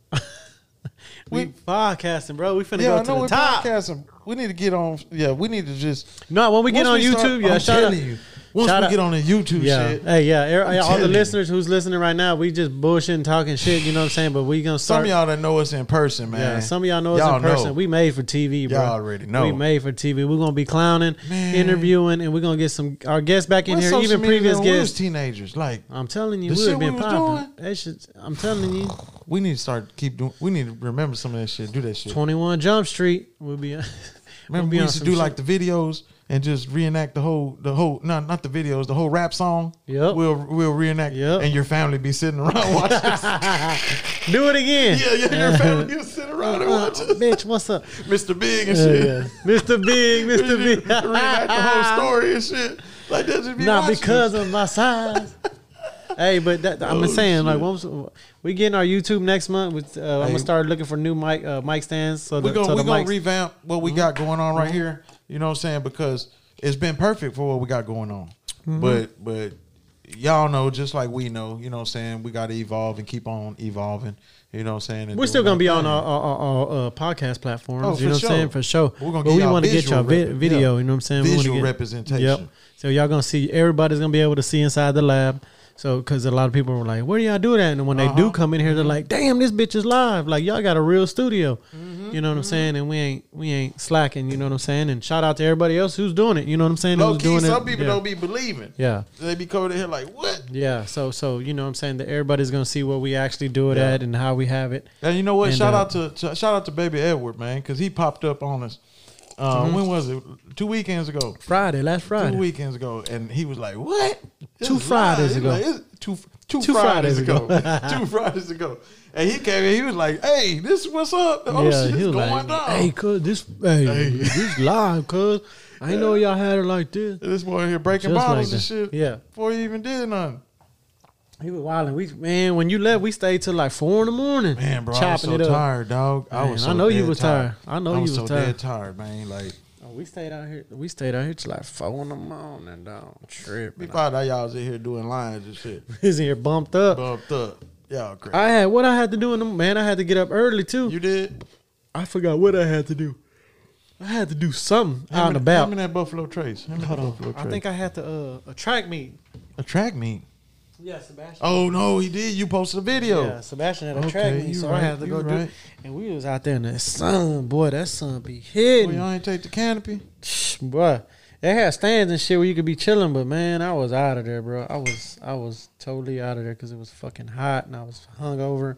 B: We-
A: We, podcasting, bro. We finna
B: yeah, I
A: go
B: know
A: to
B: we're
A: the top.
B: podcasting. We need to get on. Yeah, we need to just
A: No, when we get on
B: once
A: YouTube,
B: start-
A: yeah,
B: I'm
A: shout out.
B: telling you. Once
A: shout
B: we
A: out-
B: get on the YouTube
A: Yeah.
B: shit,
A: Hey, yeah. er- all
B: telling
A: the
B: you.
A: listeners who's listening right now, we just bullshitting, talking shit. You know what I'm saying? But we gonna
B: some
A: start.
B: of y'all that know us in person, man.
A: yeah, some of y'all know us in person. We made for TV, bro.
B: Y'all already know.
A: We made for TV. We're gonna be clowning,
B: Man.
A: interviewing, and we're gonna get some our guests back in
B: What
A: here,
B: social
A: even
B: media
A: previous
B: when we was
A: guests.
B: teenagers. Like
A: I'm telling you,
B: The
A: we would
B: shit
A: have
B: we
A: been
B: was
A: popping. That shit, I'm telling you,
B: we need to start keep doing. We need to remember some of that shit. Do that shit.
A: 21 Jump Street will be.
B: Remember
A: we'll
B: we
A: on
B: used to
A: some
B: do
A: shit.
B: like the videos and just reenact the whole the whole no not the videos the whole rap song.
A: Yep.
B: We'll we'll reenact.
A: Yep.
B: And your family be sitting around watching.
A: do it again.
B: yeah, yeah. Your family be sitting around and
A: Uh,
B: watching
A: bitch, what's up?
B: Mr. Big and
A: Yeah,
B: shit.
A: yeah. Mr. Big, Mr. Big.
B: reenact the whole story and shit. Like that just be
A: Not
B: watching.
A: because of my size. hey, but that, I'm just saying, like, once we getting our YouTube next month, with, uh, I'm
B: Oh, Hey.
A: gonna start looking for new mic uh, mic stands. So
B: We're
A: the,
B: gonna, we
A: so the
B: gonna
A: mics- Mm-hmm.
B: revamp what we got going on right here. You know what I'm saying? Because it's been perfect for what we got going on.
A: Mm-hmm.
B: But but y'all know just like we know, you know what I'm saying, we gotta evolve and keep on evolving. You know what I'm saying? and
A: We're
B: doing
A: still gonna
B: our
A: be on
B: thing.
A: all, all, all, all, uh, podcast platforms.
B: Oh,
A: you know
B: for
A: what I'm saying
B: sure.
A: for sure.
B: We're gonna
A: but
B: get
A: we
B: y'all
A: want to get
B: visual
A: y'all vi-
B: rep-
A: video.
B: yeah.
A: You know what I'm saying? We wanna
B: Visual
A: get-
B: representation.
A: Yep. So y'all gonna see everybody's gonna be able to see inside the lab. So because a lot of people were like, "Where do y'all do that?" And when they do
B: Uh-huh.
A: come in here, they're like, "Damn, this bitch is live!" Like y'all got a real studio.
B: Mm-hmm,
A: You know what I'm saying? And we ain't we ain't slacking. You know what I'm saying? And shout out to everybody else who's doing it. You know what I'm saying?
B: Low key,
A: Who's doing
B: some
A: it.
B: people
A: yeah.
B: don't be believing.
A: Yeah.
B: They be coming in here like, what?
A: Yeah, so so you know what I'm saying that everybody's gonna see what we actually do it at and how we have it.
B: And you know what?
A: And,
B: shout
A: uh,
B: out to, to shout out to Baby Edward, man, because he popped up on us. Uh,
A: Mm-hmm.
B: When was it? Two weekends ago.
A: Friday, last Friday.
B: Two weekends ago, and he was like, "What? This
A: Two
B: is
A: Fridays
B: live."
A: ago.
B: Like, it's two, two
A: Two
B: Fridays,
A: Fridays
B: ago. two Fridays ago." And he came in. He was like, "Hey, this what's up? Oh
A: yeah,
B: shit,
A: he
B: it's
A: was
B: going
A: like,
B: down."
A: "Hey, cuz this, hey,
B: Hey.
A: this live, cuz I ain't know y'all had it like this."
B: This boy here breaking
A: Just like
B: bottles and
A: that.
B: shit.
A: Yeah.
B: before he even did nothing.
A: He was wilding. We man, when you left, we stayed till like four in the morning.
B: Man, bro, I was
A: chopping
B: so
A: it up.
B: tired, dog. I
A: Man,
B: was.
A: I
B: So
A: know you
B: dead
A: was tired. I know
B: I
A: you
B: was
A: was
B: so
A: tired.
B: dead tired, man. Like,
A: Oh, we stayed out here. We stayed out here till like four in the morning, dog.
B: we
A: Tripping.
B: found out y'all was in here doing lines and shit.
A: His ear bumped up.
B: Bumped up. Y'all crazy.
A: I had what I had to do in the man. I had to get up early too.
B: you did.
A: I forgot what I had to do. I had to do something
B: Him
A: out and
B: and-
A: about.
B: Him and that Buffalo Trace. Him and that Buffalo Trace.
A: I think I had to uh, a track meet.
B: attract me.
A: Yeah, Sebastian.
B: Oh no, he did. You posted a video.
A: Yeah, Sebastian had a
B: Oh, Okay,
A: track meet,
B: you
A: so I
B: right,
A: had to go
B: you
A: do.
B: right.
A: It. And we was out there in the sun, boy. That sun be
B: Well,
A: hitting,
B: y'all ain't take the canopy.
A: boy. They had stands and shit where you could be chilling, but man, I was out of there, bro. I was I was totally out of there because it was fucking hot and I was hungover.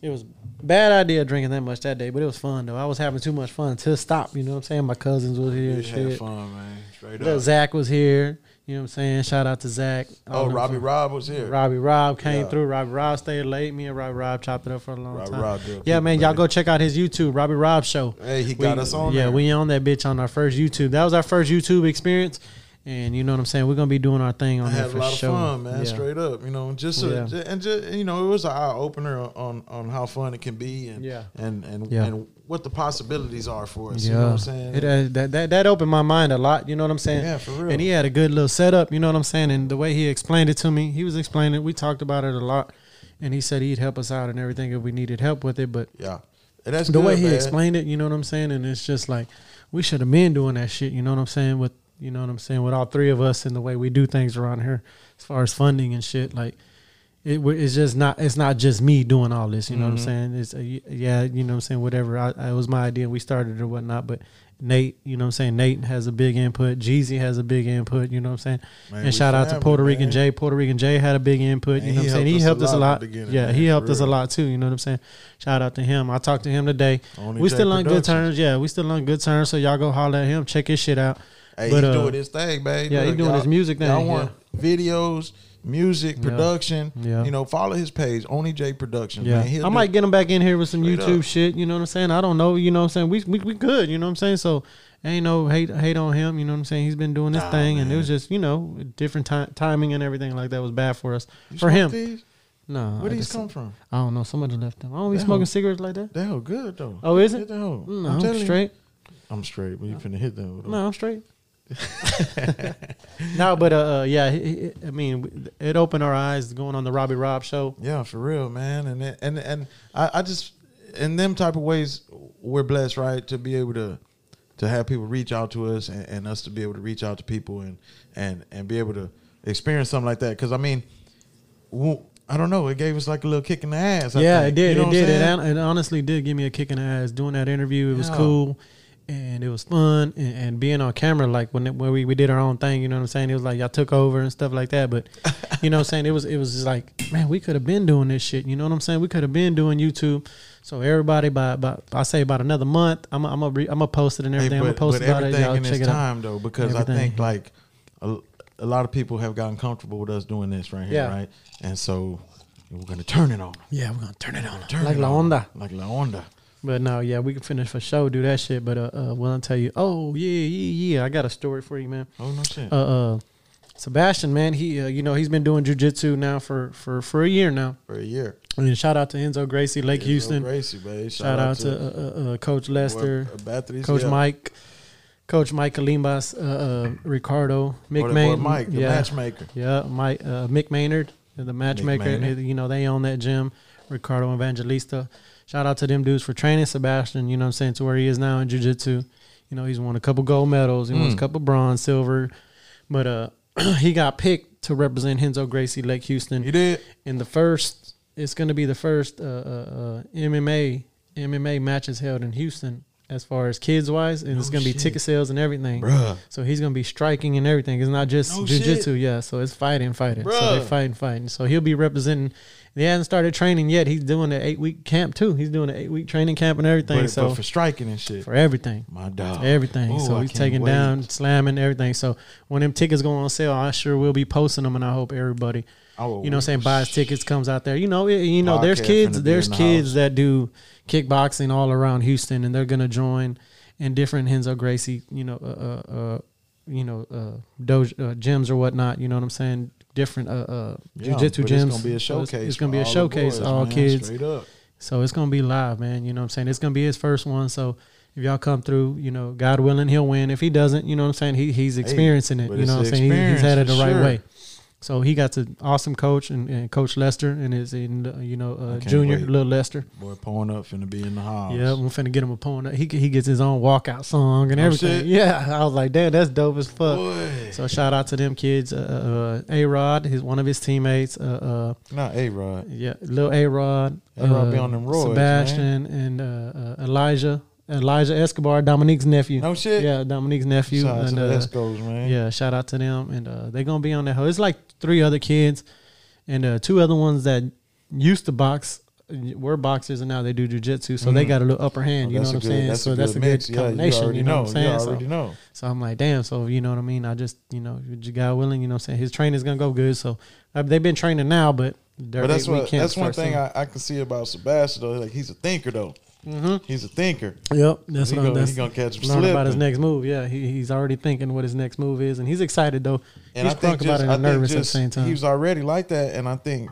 A: It was bad idea drinking that much that day, but it was fun though. I was having too much fun to stop. You know what I'm saying? My cousins was here,
B: You
A: and
B: had
A: shit.
B: fun, man. Straight
A: Little
B: up.
A: Zach was here. You know what I'm saying? Shout out to Zach. All
B: Oh,
A: them
B: Robbie
A: fun-
B: Rob was here.
A: Robbie Rob came
B: Yeah.
A: through. Robbie Rob stayed late. Me and Robbie Rob chopped it up for a long
B: Robbie
A: time.
B: Rob did
A: yeah,
B: good,
A: man, y'all
B: buddy.
A: go check out his YouTube, Robbie Rob Show.
B: Hey, he got us on
A: Yeah,
B: there.
A: we on that bitch on our first YouTube. That was our first YouTube experience, and you know what I'm saying. We're gonna be doing our thing on
B: I
A: there
B: had a
A: for
B: lot
A: sure.
B: of fun, man.
A: Yeah.
B: Straight up, you know, just so,
A: Yeah.
B: ju- and just you know, it was an eye opener on on how fun it can be, and
A: Yeah.
B: and and
A: Yeah.
B: and what the possibilities are for us.
A: Yeah,
B: You know what I'm saying?
A: It, uh, that, that that opened my mind a lot. You know what I'm saying?
B: Yeah, for real.
A: And he had a good little setup. You know what I'm saying? And the way he explained it to me, he was explaining. We talked about it a lot, and he said he'd help us out and everything if we needed help with it. But
B: yeah, and that's
A: the
B: good,
A: way he
B: man.
A: explained it, you know what I'm saying? And it's just like we should have been doing that shit, you know what I'm saying? With you know what I'm saying, with all three of us and the way we do things around here as far as funding and shit, like it wa- it's just not it's not just me doing all this, you know what
B: Mm-hmm.
A: I'm saying? It's uh, y- yeah, you know what I'm saying, whatever. I, I it was my idea and we started or whatnot, but Nate, you know what I'm saying? Nate has a big input. Jeezy has a big input, you know what I'm saying?
B: Man, we
A: and shout out to
B: family,
A: Puerto Rican
B: man.
A: Jay. Puerto Rican Jay had a big input, you
B: And
A: know
B: he
A: what I'm saying?
B: helped
A: He
B: us a
A: helped us a
B: lot at
A: lot.
B: the beginning,
A: Yeah,
B: man,
A: he
B: for
A: helped us a
B: real.
A: lot lot, too. You know what I'm saying? Shout out to him. I talked to him today.
B: Only
A: we
B: J
A: still on good
B: Productions.
A: terms. Yeah, we still on good terms. So y'all go holler at him. Check his shit out.
B: Hey,
A: But,
B: he
A: uh,
B: doing his thing, man.
A: yeah, he doing
B: y'all-
A: his music
B: Y'all
A: thing,
B: want videos, music, production.
A: Yeah.
B: You know, follow his page, Only J Productions.
A: Yeah,
B: man. He'll
A: I
B: do-
A: might get him back in here with some
B: Straight
A: YouTube
B: up.
A: shit. You know what I'm saying? I don't know. You know what I'm saying? We we, we good. You know what I'm saying? So ain't no hate hate on him. You know what I'm saying? He's been doing this
B: Nah,
A: thing, and it
B: man.
A: was just you know different ti- timing and everything like that was bad for us
B: You
A: for
B: smoke
A: him.
B: These?
A: No,
B: Where
A: I,
B: these
A: just-
B: come from?
A: I don't know. Somebody left them. I don't be
B: Damn.
A: smoking cigarettes like that.
B: They hell good though.
A: Oh, is
B: Hit
A: it?
B: that hoe.
A: No,
B: I'm
A: I'm,
B: telling you.
A: straight.
B: I'm straight, but you finna hit them. With
A: No, I'm straight. no, but uh, uh, yeah, he- he- I mean, it opened our eyes going on the Robbie Rob show.
B: Yeah, for real, man. And it- and and I, I just in them type of ways we're blessed, right, to be able to to have people reach out to us and, and us to be able to reach out to people and and and be able to experience something like that. Because I mean, wo- I don't know, it gave us like a little kick in the ass. I
A: yeah,
B: think.
A: it did.
B: You know what
A: it
B: I'm
A: did. It,
B: saying?
A: hon- it honestly did give me a kick in the ass doing that interview. It was
B: Yeah.
A: cool, and it was fun, and, and being on camera like when it, when we, we did our own thing. You know what I'm saying? It was like y'all took over and stuff like that. But you know what I'm saying? It was it was just like man, we could have been doing this shit. You know what I'm saying? We could have been doing YouTube. So everybody, by by I say about another month, I'm i I'm a re, I'm a post it and everything. I'm
B: Hey,
A: a post about it.
B: everything
A: Y'all
B: in
A: check
B: its
A: it out.
B: time though, because I
A: Everything.
B: think like a, a lot of people have gotten comfortable with us doing this right here,
A: Yeah.
B: right? And so we're gonna turn it on. 'em.
A: Yeah, we're gonna turn it on.
B: Turn
A: like
B: it
A: La
B: on 'em.
A: Onda.
B: Like La Onda.
A: But no, yeah, we can finish for show, do that shit. But uh, uh when I tell you, oh yeah, yeah, yeah, I got a story for you, man.
B: Oh no shit.
A: Uh, uh Sebastian, man, he uh, you know he's been doing jujitsu now for for for a year now.
B: for a year.
A: And shout out to Enzo Gracie, Lake
B: Enzo
A: Houston.
B: Gracie, babe.
A: Shout, out, to, uh, uh, uh, Coach Lester,
B: Boy, Abatriz,
A: Coach
B: yeah.
A: Mike, Coach Mike Kalimbas, uh, uh, Ricardo,
B: Boy,
A: Mick
B: that boy
A: Maynard,
B: Mike, the
A: yeah,
B: matchmaker.
A: yeah, Mike, uh, Mick Maynard, the matchmaker.
B: Maynard.
A: You know they own that gym. Ricardo Evangelista. Shout out to them dudes for training Sebastian. You know what I'm saying to where he is now in jujitsu. You know he's won a couple gold medals. He won
B: Mm.
A: a couple bronze, silver, but uh, he got picked to represent Henzo Gracie Lake Houston
B: You did?
A: and the first it's going to be the first uh, uh, uh, MMA MMA matches held in Houston as far as kids wise, and it's going to be
B: Oh, shit.
A: ticket sales and everything.
B: Bruh.
A: So he's going to be striking and everything. It's not just
B: No
A: jiu-jitsu,
B: shit.
A: yeah. So it's fighting, fighting. So
B: Bruh.
A: they fighting, fighting. So he'll be representing. He hasn't started training yet. He's doing an eight week camp too. He's doing an eight week training camp and everything.
B: But, but
A: so
B: for
A: for,
B: striking and shit.
A: everything.
B: My dog.
A: Everything.
B: Ooh,
A: so
B: I
A: he's
B: can't
A: taking
B: wait.
A: down, slamming everything. So when them tickets go on sale, I sure will be posting them, and I hope everybody,
B: Oh,
A: you know, what I'm saying buys tickets, comes out there. You know, it, you know, there's
B: Podcast
A: kids,
B: finna be
A: there's
B: in the
A: kids
B: house.
A: that do kickboxing all around Houston, and they're gonna join in different Henzo Gracie, you know, uh, uh, uh you know, uh, doge uh, gyms or whatnot. You know what I'm saying? Different uh, uh,
B: Yeah,
A: jujitsu
B: but
A: gyms.
B: It's gonna be a
A: So
B: showcase.
A: It's, it's gonna
B: for
A: be a
B: all the
A: showcase.
B: boys,
A: all
B: man,
A: kids.
B: Straight up.
A: So it's gonna be live, man. You know what I'm saying? It's gonna be his first one. So if y'all come through, you know, God willing, he'll win. If he doesn't, you know what I'm saying? He he's experiencing it.
B: but
A: You know what
B: it's
A: I'm saying? He, he's
B: experience
A: had it the
B: for
A: right
B: sure.
A: way. So he got to awesome coach and, and Coach Lester and his in uh, you know uh,
B: can't
A: junior
B: wait.
A: little Lester.
B: Boy, pulling up finna be in the house.
A: Yeah, I'm finna get him a pony. He he gets his own walkout song and
B: Oh,
A: everything.
B: shit.
A: Yeah, I was like, damn, that's dope as fuck.
B: Boy.
A: So shout out to them kids. Uh, uh, a Rod, his one of his teammates. Uh, uh,
B: Not A Rod.
A: Yeah, Lil A Rod,
B: A-Rod be on them roids,
A: Sebastian, and uh, uh, Elijah, Elijah Escobar, Dominique's nephew.
B: No shit.
A: Yeah, Dominique's nephew.
B: Shout out to
A: and,
B: the
A: uh,
B: Escos, man.
A: yeah, shout out to them, and uh, they're gonna be on that. hoe. It's like three other kids, and uh, two other ones that used to box were boxers, and now they do jujitsu, so they got a little upper hand.
B: Oh,
A: you know
B: that's
A: what I'm
B: a good-
A: saying?
B: that's a
A: so that's
B: good
A: a good
B: mix. Yeah, you
A: combination.
B: already
A: know, what
B: know.
A: I'm
B: You
A: saying?
B: already
A: so,
B: know.
A: So I'm like, damn. So you know what I mean? I just you know, if God willing, you know what I'm saying? His training's gonna go good. So uh, they've been training now, but. their
B: But that's
A: eight-week
B: what
A: camp
B: that's one
A: starts soon.
B: thing I, I can see about Sebastian though. Like he's a thinker though.
A: Mm.
B: He's a thinker.
A: Mm-hmm. Yep, that's
B: He
A: what I'm.
B: gonna-
A: That's
B: he gonna catch him
A: Learn about his
B: slipping.
A: next move. Yeah, he, he's already thinking what his next move is, and he's excited though.
B: And
A: he's
B: I think
A: crunk about
B: just,
A: it
B: I
A: and
B: think
A: nervous at the
B: just-
A: same time.
B: He was already like that, and I think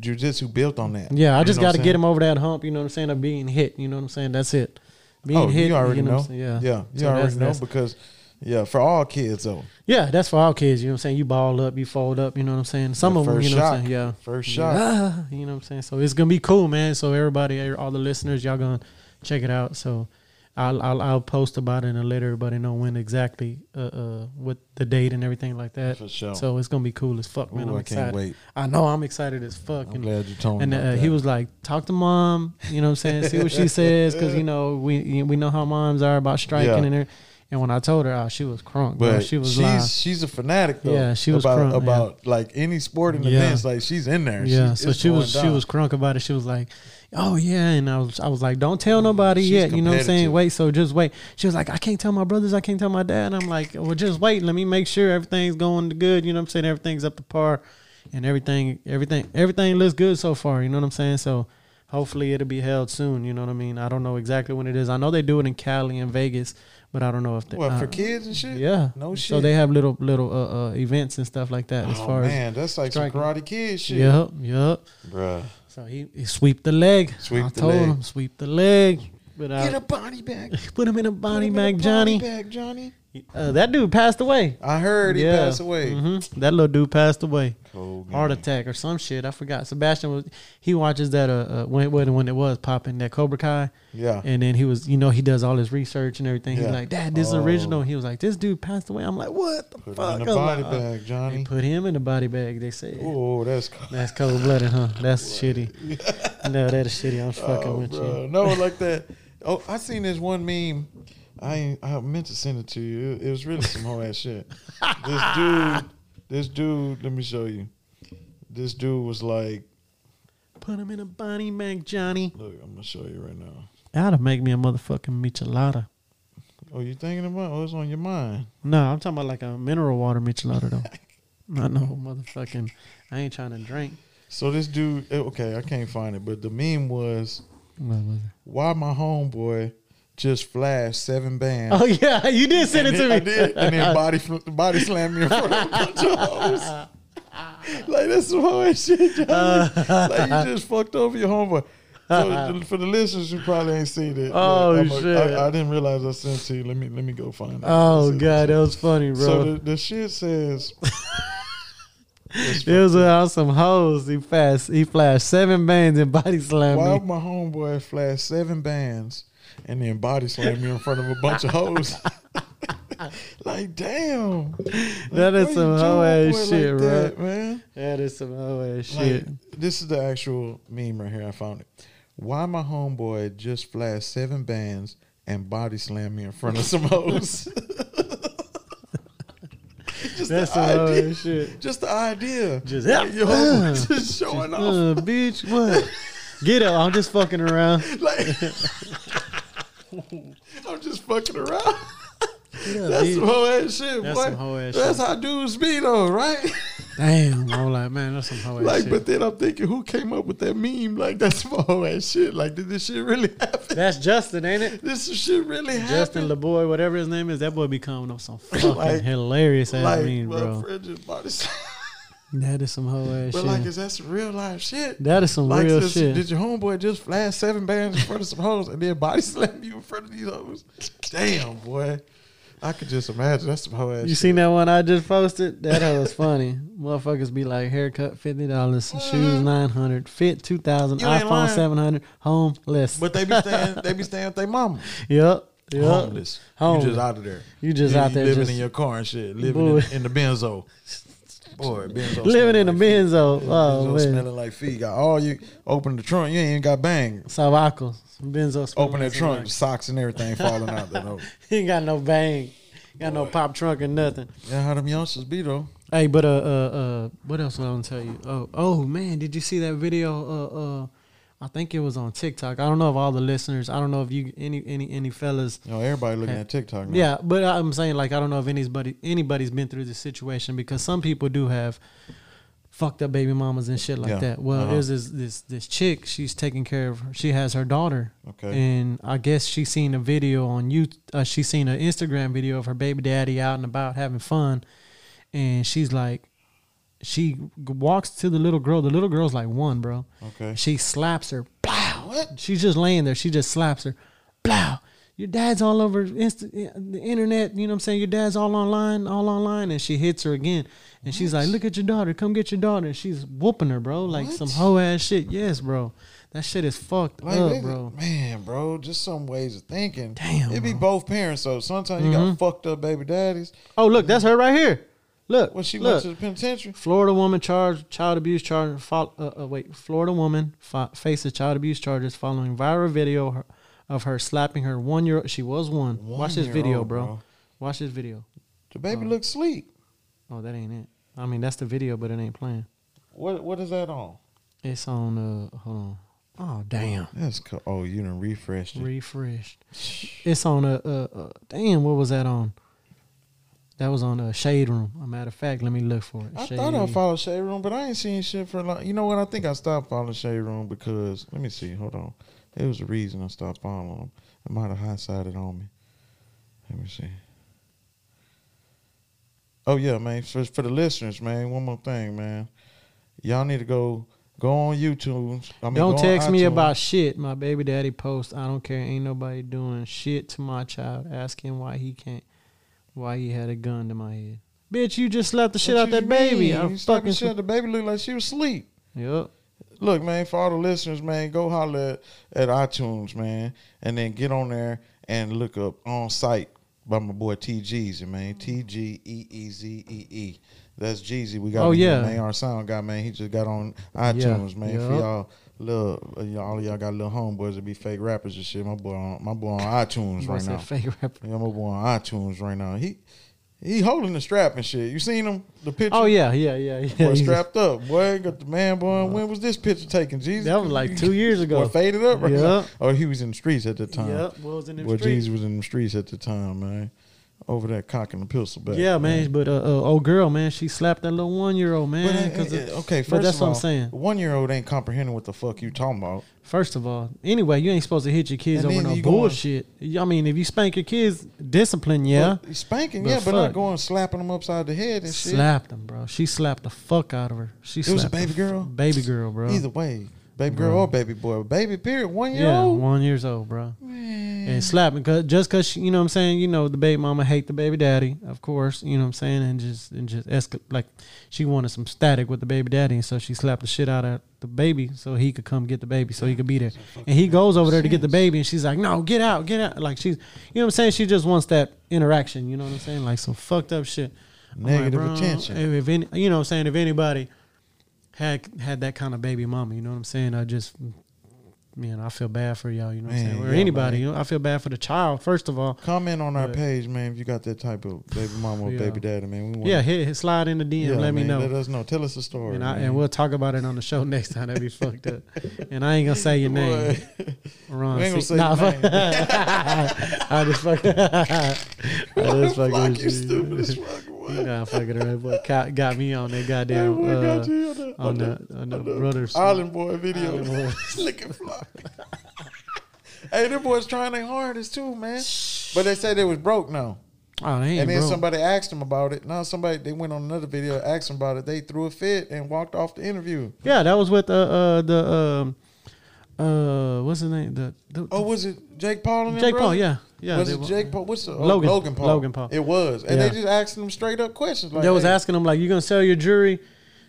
B: jujitsu built on that.
A: yeah, I
B: You
A: just
B: know what
A: got to
B: I'm
A: get
B: saying?
A: him over that hump. You know what I'm saying? Of being hit. You know what I'm saying? That's it. Being
B: Oh,
A: hit.
B: you already
A: know.
B: know.
A: what I'm saying? Yeah,
B: yeah, you
A: So
B: already
A: that's-
B: know
A: that's-
B: because yeah, for all kids though.
A: yeah, that's for all kids. You know what I'm saying? You ball up, you fold up. You know what I'm saying? Some
B: The
A: of them.
B: first
A: You know what I'm
B: shot.
A: saying? Yeah. Ah,
B: First shot.
A: Yeah, you know what I'm saying? So it's gonna be cool, man. So everybody, er, all the listeners, y'all gonna check it out. So I'll I'll, I'll post about it and let everybody know when exactly, uh, uh, what the date and everything like that.
B: For sure.
A: So it's gonna be cool as fuck, man.
B: Ooh,
A: I'm
B: I
A: excited.
B: can't wait.
A: I know I'm excited as fuck.
B: I'm
A: and
B: glad you told me.
A: and
B: about
A: uh,
B: that.
A: he was like, "Talk to mom. You know what I'm saying? See what she says, because you know we we know how moms are about striking
B: Yeah.
A: and her. And when I told her, oh, she was crunk, bro.
B: But
A: She was
B: she's
A: live.
B: she's a fanatic though.
A: Yeah, she was
B: about
A: crunk, yeah.
B: about like any sporting
A: Yeah.
B: events. Like she's in there.
A: Yeah,
B: She-
A: so
B: it's
A: she was
B: going
A: she
B: down.
A: was crunk about it. She was like, "Oh yeah," and I was I was like, "Don't tell nobody
B: She's
A: yet." You know what I'm saying?
B: competitive.
A: Wait, so just wait. She was like, "I can't tell my brothers. I can't tell my dad." I'm like, "Well, just wait. Let me make sure everything's going good. You know what I'm saying? Everything's up to par, and everything everything everything looks good so far. You know what I'm saying? So hopefully it'll be held soon. You know what I mean? I don't know exactly when it is. I know they do it in Cali and Vegas, but I don't know if they.
B: what
A: uh,
B: for kids and shit.
A: yeah,
B: no shit.
A: So they have little little uh, uh, events and stuff like that. As
B: oh
A: far
B: man, that's like
A: striking.
B: some karate kid
A: as
B: shit,
A: yep, yep.
B: Bruh.
A: So he, he sweep the leg.
B: Sweep
A: I
B: the
A: told
B: leg.
A: him sweep the leg. But I
B: Get a body back,
A: put him in a Bonnie
B: Get him
A: Mac
B: in a body
A: Johnny.
B: back, Johnny.
A: Uh, that dude passed away.
B: I heard he
A: Yeah.
B: passed away.
A: Mhm. That little dude passed away.
B: Cold
A: Heart
B: game.
A: attack or some shit. I forgot. Sebastian was he watches that uh, uh when when when it was popping that Cobra Kai.
B: Yeah.
A: And then he was you know he does all his research and everything. He's
B: Yeah.
A: like, Dad, this is
B: Oh.
A: original. He was like, this dude passed away. I'm like, what the
B: Put
A: fuck?
B: him in
A: I'm
B: a body
A: like, uh,
B: bag,
A: They
B: Johnny.
A: put him in a body bag. They said.
B: Oh, that's cold.
A: That's cold blooded, huh? That's shitty. No, that is shitty. I'm fucking
B: Oh,
A: with
B: bro.
A: you.
B: No, like that. Oh, I seen this one meme. I ain't- I meant to send it to you. It, it was really some whole ass shit. This dude, this dude. Let me show you. This dude was like,
A: Put him in a Bonnie Mac Johnny.
B: look, I'm gonna show you right now.
A: That'll make me a motherfucking michelada.
B: Oh, you thinking about? Oh, it's on your mind.
A: No, I'm talking about like a mineral water michelada though. Not no motherfucking. I ain't trying to drink.
B: So this dude. eh, Okay, I can't find it, but the meme was
A: What was it?
B: why my homeboy just flashed seven bands.
A: Oh yeah, you did send
B: and
A: it to
B: then
A: me.
B: I did, and then body fl- body slammed me in front of a bunch of hoes. Like that's some hoe ass shit, Johnny. Like you just fucked over your homeboy. So th- for the listeners, you probably ain't seen it.
A: Oh,
B: I'm a-
A: shit.
B: I, I didn't realize I sent it to you. Let me let me go find it.
A: Oh
B: Send it
A: god,
B: to
A: that
B: you.
A: was funny, bro.
B: So the, the shit says. It's
A: it was on some hoes. He fast. He flashed seven bands and body slammed
B: Why
A: me.
B: my homeboy flashed seven bands and then body slammed me in front of a bunch of hoes? like, damn.
A: That
B: why you
A: is some
B: do
A: hoe
B: my
A: ass
B: boy
A: shit,
B: like
A: bro.
B: that, man.
A: That is some hoe ass
B: Like,
A: shit.
B: this is the actual meme right here. I found it. Why my homeboy just flashed seven bands and body slammed me in front of some hoes? just
A: That's
B: the
A: some hoe
B: idea.
A: ass shit.
B: Just the idea.
A: Just-
B: Like, your homeboy
A: Uh,
B: just showing off.
A: Uh, bitch, what? Get up! I'm just fucking around.
B: Like, I'm just fucking around.
A: Get up,
B: That's
A: bitch.
B: some hoe ass shit,
A: That's
B: boy.
A: some hoe ass
B: That's
A: shit.
B: how dudes be though, right?
A: Damn, I'm like, man, that's some hoe ass
B: like,
A: Oh, shit.
B: but then I'm thinking, who came up with that meme? Like, that's some hoe ass shit. Like, did this shit really happen?
A: that's Justin, ain't it?
B: This shit really
A: Justin
B: happened.
A: LeBoy, whatever his name is, that boy be coming up some fucking
B: Like-
A: hilarious ass
B: like,
A: meme,
B: well,
A: bro.
B: friend just bought this-
A: That is some hoe ass
B: but
A: shit.
B: like, is that some real life shit?
A: that is some
B: Like,
A: real
B: this-
A: shit.
B: did your homeboy just flash seven bands in front of some hoes and then body slam you in front of these hoes? Damn, boy. I could just imagine. That's some hoe ass
A: You
B: shit.
A: seen that one I just posted? That hoe was funny. Motherfuckers be like, haircut fifty dollars, shoes nine hundred, fit two thousand,
B: Uh-huh. You ain't
A: iPhone
B: lying.
A: seven hundred, homeless.
B: But they be staying. they be staying with their mama.
A: yep, yep.
B: Homeless. You
A: Homeless.
B: just out of there.
A: You just out there
B: living
A: just-
B: in your car and shit. Living in,
A: Boy.
B: in the Benzo. Boy, Benzo.
A: Living in a
B: smell like feet. Benzo
A: Benzo. Oh man,
B: smelling like feet. Got all you open the trunk. You ain't even got bang.
A: Savaco. Benzo. smell
B: Open that
A: like some
B: trunk,
A: like-
B: socks and everything falling out that hole.
A: He ain't got no bang. Got no pop trunk or nothing.
B: Yeah, how them youngsters be though?
A: Hey, but uh, uh, uh what else was I gonna tell you? Oh, oh man, did you see that video? Uh, uh, I think it was on TikTok. I don't know if all the listeners. I don't know if you any any any fellas.
B: You know, everybody looking
A: Yeah.
B: at TikTok now.
A: Yeah, but I'm saying like I don't know if anybody anybody's been through this situation because some people do have fucked up baby mamas and shit like
B: Yeah.
A: that. Well,
B: Uh-huh.
A: there's this this this chick. She's taking care of her. She has her daughter.
B: Okay.
A: And I guess she seen a video on you. Uh, she seen an Instagram video of her baby daddy out and about having fun, and she's like, she g- walks to the little girl. The little girl's like one, bro.
B: Okay.
A: She slaps her. Blow. What? She's just laying there. She just slaps her. Blow. Your dad's all over Insta- the internet. You know what I'm saying? Your dad's all online, all online. And she hits her again. And she's like, look at your daughter. Come get your daughter. And she's whooping her, bro. Like some hoe ass shit. Yes, bro. That shit is fucked
B: Like,
A: up,
B: they-
A: bro.
B: man, bro, just some ways of thinking.
A: Damn,
B: it be
A: bro. Mm-hmm.
B: both parents. So sometimes you got fucked up baby daddies.
A: Oh, look, that's her right here. Look.
B: When she
A: look.
B: went to the penitentiary,
A: Florida woman charged child abuse charge. Fo- uh, uh, wait, Florida woman fi- faces child abuse charges following viral video her- of her slapping her one year. She was one. Watch this video,
B: One-year-old,
A: bro.
B: bro.
A: Watch this video.
B: the baby looked asleep.
A: Oh, that ain't it. I mean, that's the video, but it ain't playing.
B: What what is that on?
A: It's on. Uh, hold on. Oh damn.
B: That's co- oh, you done refreshed it.
A: Refreshed. It's on a. Uh, uh, damn. What was that on? That was on a shade room. A matter of fact, let me look for it.
B: I
A: Shade
B: thought I
A: Room.
B: followed Shade Room, but I ain't seen shit for a long. You know what? I think I stopped following Shade Room because let me see. Hold on, there was a reason I stopped following them. It might have hindsighted on me. Let me see. Oh yeah, man. For, for the listeners, man. One more thing, man. Y'all need to go go on YouTube. I mean, go
A: don't
B: on
A: text me
B: iTunes.
A: about shit. My baby daddy post. I don't care. Ain't nobody doing shit to my child. Asking why he can't, why he had a gun to my head. Bitch, you just slapped the shit
B: What
A: out
B: you
A: that baby.
B: mean?
A: I
B: You slapped the
A: fucking.
B: shit. out The baby looked like she was asleep.
A: Yep.
B: Look, man, for all the listeners, man, go holler at, at iTunes, man, and then get on there and look up on site by my boy T Jeezy, man. T G E E Z E E. That's Jeezy. We got
A: Oh,
B: him here,
A: yeah.
B: man. Our sound guy, man. He just got on iTunes, man. For
A: Yup.
B: y'all little uh, y'all- all y'all got little homeboys that be fake rappers and shit. My boy on my boy on iTunes
A: Right
B: right now.
A: Fake rapper.
B: Yeah, my boy on iTunes right now. He he holding the strap and shit. You seen him? The picture?
A: Oh yeah, yeah, yeah, yeah.
B: Boy,
A: He's-
B: strapped up. Boy, got the man, boy. When was this picture taken? Jesus.
A: That was like two years ago.
B: Boy, faded up right
A: Yep.
B: now. Oh, he was in the streets at the time.
A: Yep, was in them
B: Boy,
A: streets.
B: Jesus was in the streets at the time, man. over that cock and the pistol back.
A: Yeah, man. But uh, uh, old girl, man, she slapped that little one year old
B: But,
A: man.
B: uh,
A: 'cause it-
B: uh, okay, first
A: but that's
B: of
A: what
B: all,
A: I'm saying.
B: One year old ain't comprehending what the fuck you talking about.
A: First of all, anyway, you ain't supposed to hit your kids
B: And
A: over
B: then
A: no
B: you going-
A: bullshit. I mean, if you spank your kids, discipline, yeah.
B: But spanking,
A: But
B: yeah, but not
A: fuck.
B: going slapping them upside the head and shit.
A: slapped him, bro. She slapped the fuck out of her. She
B: It was a
A: slapped the
B: baby girl?
A: f- baby girl, bro.
B: Either way, baby girl or baby boy, baby period, one year
A: yeah,
B: old.
A: one years old, bro.
B: Mm.
A: And slapping cause just cause she, you know what I'm saying, you know, the baby mama hate the baby daddy, of course, you know what I'm saying, and just and just escal- like she wanted some static with the baby daddy, and so she slapped the shit out of the baby so he could come get the baby so he could be there. And he goes over there to get the baby and she's like, No, get out, get out. Like she's you know what I'm saying, she just wants that interaction, you know what I'm saying? Like some fucked up shit. I'm like,
B: Negative
A: bro,
B: attention.
A: If, if any you know what I'm saying, if anybody had had that kind of baby mama, you know what I'm saying? I just man, I feel bad for y'all, you know what
B: Man,
A: I'm saying? Or
B: yeah,
A: anybody,
B: man.
A: you know, I feel bad for the child, first of all.
B: Comment on our
A: But-
B: page, man, if you got that type of baby mama or
A: Yeah.
B: baby daddy, man. We want
A: Yeah, hit, hit slide in the DM,
B: Yeah,
A: let me
B: man,
A: know.
B: Let us know. Tell us a story.
A: and, I,
B: man.
A: and we'll talk about it on the show next time. That'd be fucked up. And I ain't gonna say your name,
B: Boy.
A: Ron.
B: We ain't gonna
A: C.
B: say
A: Nah,
B: your
A: fuck-
B: name.
A: I just fucked. I just fucking
B: Fuck
A: with
B: you, stupid as fuck. What?
A: You know, I fucking right, but got, got me on that goddamn
B: Hey, boy,
A: uh,
B: got you on the-
A: on the on the brothers.
B: Island Boy video.
A: Island Boy.
B: Looking fly. hey, them boys trying their hardest too, man. But they say they was broke now.
A: Oh, they ain't
B: And then
A: broke.
B: somebody asked them about it. Now somebody they went on another video, asked them about it. They threw a fit and walked off the interview.
A: Yeah, that was with uh, uh the um uh what's his name the, the
B: Oh, was it Jake Paul and them
A: Jake Paul
B: brothers?
A: yeah yeah
B: was
A: they
B: it
A: wa-
B: Jake Paul? What's the, oh,
A: Logan.
B: Logan. Paul?
A: Logan Paul.
B: It was, and
A: Yeah.
B: they just asking them straight up questions. Like
A: they was
B: hey,
A: asking him like you gonna sell your jewelry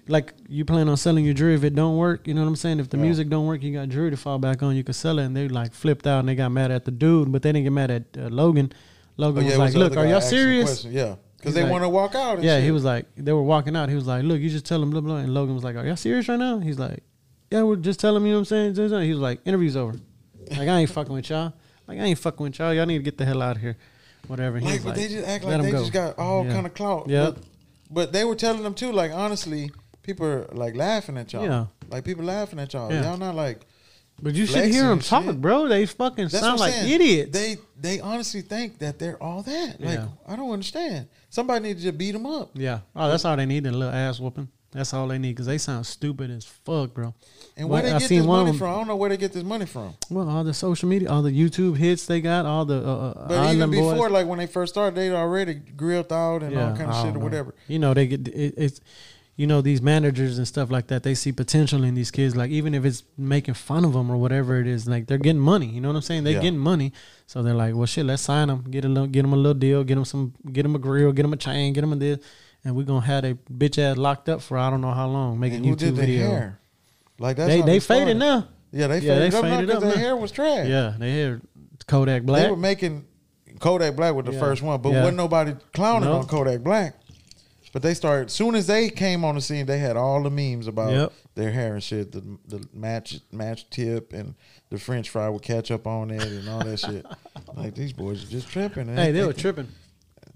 A: like you plan on selling your jewelry if it don't work you know what I'm saying if the
B: Yeah.
A: music don't work you got jewelry to fall back on you can sell it and they like flipped out and they got mad at the dude but they didn't get mad at uh, Logan
B: Oh,
A: Logan
B: yeah, it
A: was like
B: the
A: look
B: other
A: are
B: guy
A: y'all
B: asking the
A: serious
B: question. Yeah,
A: He's
B: because they
A: like-
B: want to walk out. And
A: yeah
B: shit.
A: he was like they were walking out he was like look you just tell him blah blah and Logan was like are y'all serious right now he's like yeah we're just telling him you know what I'm saying he was like interview's over like I ain't fucking with y'all like I ain't fucking with y'all y'all need to get the hell out of here whatever He
B: Like,
A: was
B: but they just act
A: "Let
B: like
A: him
B: they
A: go."
B: just got all
A: Yeah.
B: kind of clout.
A: Yeah.
B: But, but they were telling them too. Like honestly, people are like laughing at y'all.
A: Yeah.
B: Like people laughing at y'all.
A: Yeah.
B: Y'all not like
A: But you should
B: flexing
A: hear them
B: and
A: talk,
B: shit.
A: bro. They fucking
B: that's
A: sound
B: what I'm
A: like
B: saying.
A: idiots.
B: They they honestly think that they're all that. Like
A: Yeah.
B: I don't understand. Somebody need to just beat them up.
A: yeah. Oh, that's all they need a little ass whooping. That's all they need because they sound stupid as fuck, bro.
B: And where
A: But
B: they
A: I
B: get
A: seen
B: this
A: one of
B: money
A: them-
B: from? I don't know where they get this money from.
A: Well, all the social media, all the YouTube hits they got, all the uh, uh,
B: But even
A: Island
B: before,
A: Boys.
B: like when they first started, they already grilled out and all kind
A: I
B: of shit
A: don't
B: or
A: know.
B: whatever.
A: You know, they get it, it's, you know, these managers and stuff like that. They see potential in these kids, like even if it's making fun of them or whatever it is. Like they're getting money. You know what I'm saying? They're
B: Yeah.
A: getting money, so they're like, well, shit, let's sign them, get a little, get them a little deal, get them some, get them a grill, get them a chain, get them a this, and we're gonna have a bitch ass locked up for I don't know how long
B: And
A: making
B: who
A: YouTube
B: did their
A: video.
B: hair? Like that's
A: They
B: how
A: they
B: started.
A: faded now.
B: Yeah, they
A: Yeah,
B: faded
A: they
B: up now
A: faded
B: because
A: up
B: their
A: now.
B: hair was trash.
A: Yeah, they hair Kodak Black.
B: They were making Kodak Black with the
A: Yeah.
B: first one, but
A: Yeah.
B: wasn't nobody clowning
A: No.
B: on Kodak Black. But they started soon as they came on the scene, they had all the memes about
A: Yep.
B: their hair and shit, the the match match tip and the French fry would catch up on it and all that shit. Like these boys are just tripping. man.
A: hey, they were tripping.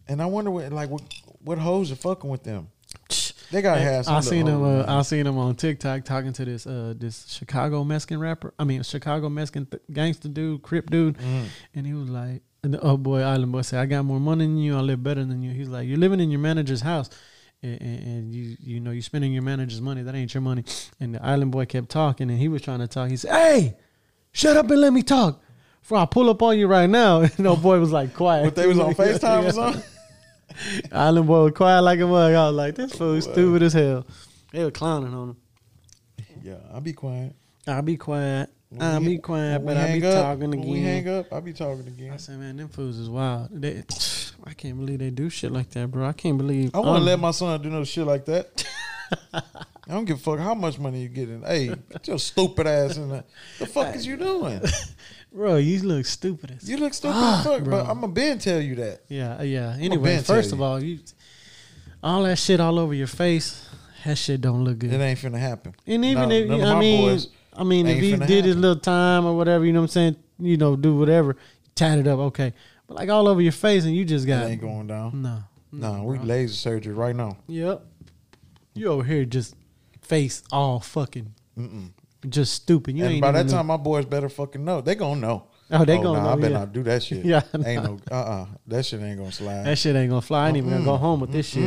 B: and I wonder what like what, what hoes are fucking with them. They got
A: Hey,
B: half.
A: I seen him. Uh, I seen him on TikTok talking to this uh, this Chicago Mexican rapper. I mean, Chicago Mexican th- gangster dude, Crip dude,
B: Mm.
A: and he was like, and the "Oh boy, Island boy said, I got more money than you. I live better than you." He's like, "You're living in your manager's house." And, and, and you you know you spending your manager's money that ain't your money and the island boy kept talking and he was trying to talk he said hey shut up and let me talk for I pull up on you right now and the boy was like quiet
B: but they was on Facetime
A: Yeah.
B: or something.
A: Island boy was quiet like a mug. I was like, this fool stupid as hell. They were clowning on him.
B: Yeah, I'll be quiet.
A: I'll be quiet.
B: When
A: I'll
B: we-
A: be quiet,
B: when
A: but
B: we
A: I'll be
B: hang up-
A: talking
B: when We hang
A: again.
B: up. I'll be talking again.
A: I said, man, them fools is wild. They, I can't believe they do shit like that, bro. I can't believe.
B: I want
A: um,
B: to let my son do no shit like that. I don't give a fuck how much money you getting. Hey, get your stupid ass in there. The fuck is you doing?
A: Bro, you look stupid as.
B: You look stupid as fuck,
A: Ah, bro.
B: but I'm going to been tell you that.
A: yeah, uh, yeah. Anyway,
B: been
A: first
B: tell
A: of
B: you.
A: all, you all that shit all over your face. That shit don't look good.
B: It ain't finna happen.
A: And even
B: No,
A: if
B: none of
A: I
B: my
A: mean,
B: boys
A: I mean, if
B: ain't
A: he did
B: finna
A: his
B: happen.
A: little time or whatever, you know what I'm saying? You know, do whatever, tat it up, okay. But like all over your face, and you just
B: it
A: got
B: ain't going down.
A: no,
B: Nah, we
A: bro.
B: laser surgery right now.
A: Yep, you over here just face all fucking,
B: Mm-mm.
A: just stupid. You
B: And
A: ain't
B: by
A: even
B: that time, my boys better fucking know. They gonna know.
A: Oh, they
B: oh,
A: gonna.
B: nah, I
A: know,
B: better
A: yeah.
B: not do that shit.
A: Yeah,
B: ain't no uh uh That shit ain't gonna slide.
A: That shit ain't gonna fly. I ain't even gonna go home with this shit.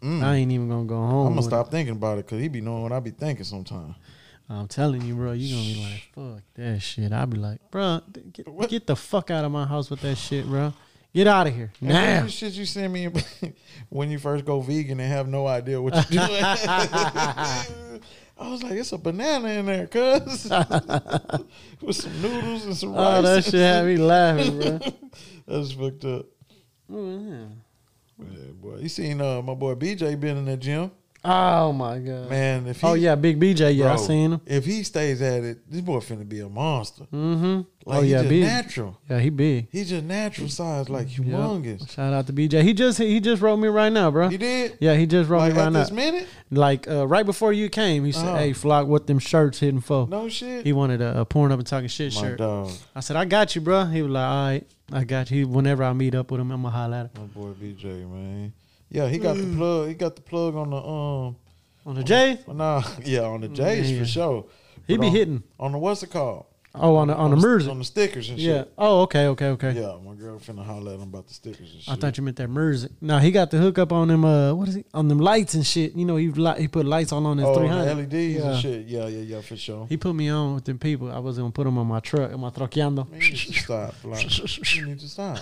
A: I ain't even gonna go home.
B: I'm gonna
A: with
B: stop thinking about it because he be knowing what I be thinking sometimes.
A: it. I'm telling you, bro. You gonna be like, fuck that shit. I'll be like, bro, th- get,
B: What?
A: get the fuck out of my house with that shit, bro. Get out of here
B: And
A: now.
B: what shit you send me when you first go vegan and have no idea what you're doing. I was like, it's a banana in there, cuz. With some noodles and some rice.
A: Oh, that shit had me laughing, bro.
B: That's fucked up. Yeah, boy. You seen uh, my boy BJ been in the gym.
A: Oh my god.
B: Man, if he,
A: oh yeah, Big BJ. Yeah, I
B: bro,
A: seen him.
B: If he stays at it, this boy finna be a monster.
A: Mm-hmm.
B: Like
A: oh
B: he
A: yeah,
B: just
A: big.
B: natural.
A: Yeah, he big.
B: He just natural size, like
A: Yep.
B: humongous.
A: Shout out to BJ. He just he just wrote me right now, bro.
B: He did?
A: Yeah, he just wrote
B: Like
A: me
B: at
A: right
B: this
A: now.
B: minute?
A: Like uh, right before you came, he said,
B: Uh-huh.
A: "Hey, Flock, what them shirts hitting for?"
B: No shit.
A: He wanted a, a porn up and talking shit
B: my
A: shirt.
B: dog.
A: I said, "I got you, bro." He was like, "All right, I got you." He- Whenever I meet up with him, I'ma holler at him
B: My boy BJ, man. Yeah, he got the
A: Mm.
B: plug. He got the plug on the um.
A: on the J.
B: Nah, yeah, on the J's
A: Yeah.
B: for sure.
A: He
B: But
A: be
B: on-
A: hitting.
B: on the what's it called?
A: Oh, on the on the
B: s-
A: Merzit.
B: on the stickers and
A: yeah.
B: shit.
A: Oh, okay, okay, okay.
B: Yeah, my girlfriend holler at him about the stickers and shit.
A: I thought you meant that Merzit. No, he got the hookup on them. Uh, what is he on them lights and shit? You know, he li- he put lights on on his
B: oh,
A: three
B: the
A: hundred
B: LEDs and shit. Yeah, yeah, yeah, for sure.
A: He put me on with them people. I was gonna put them on my truck, on my troqueando.
B: Man, you need to stop. Like, you need to stop.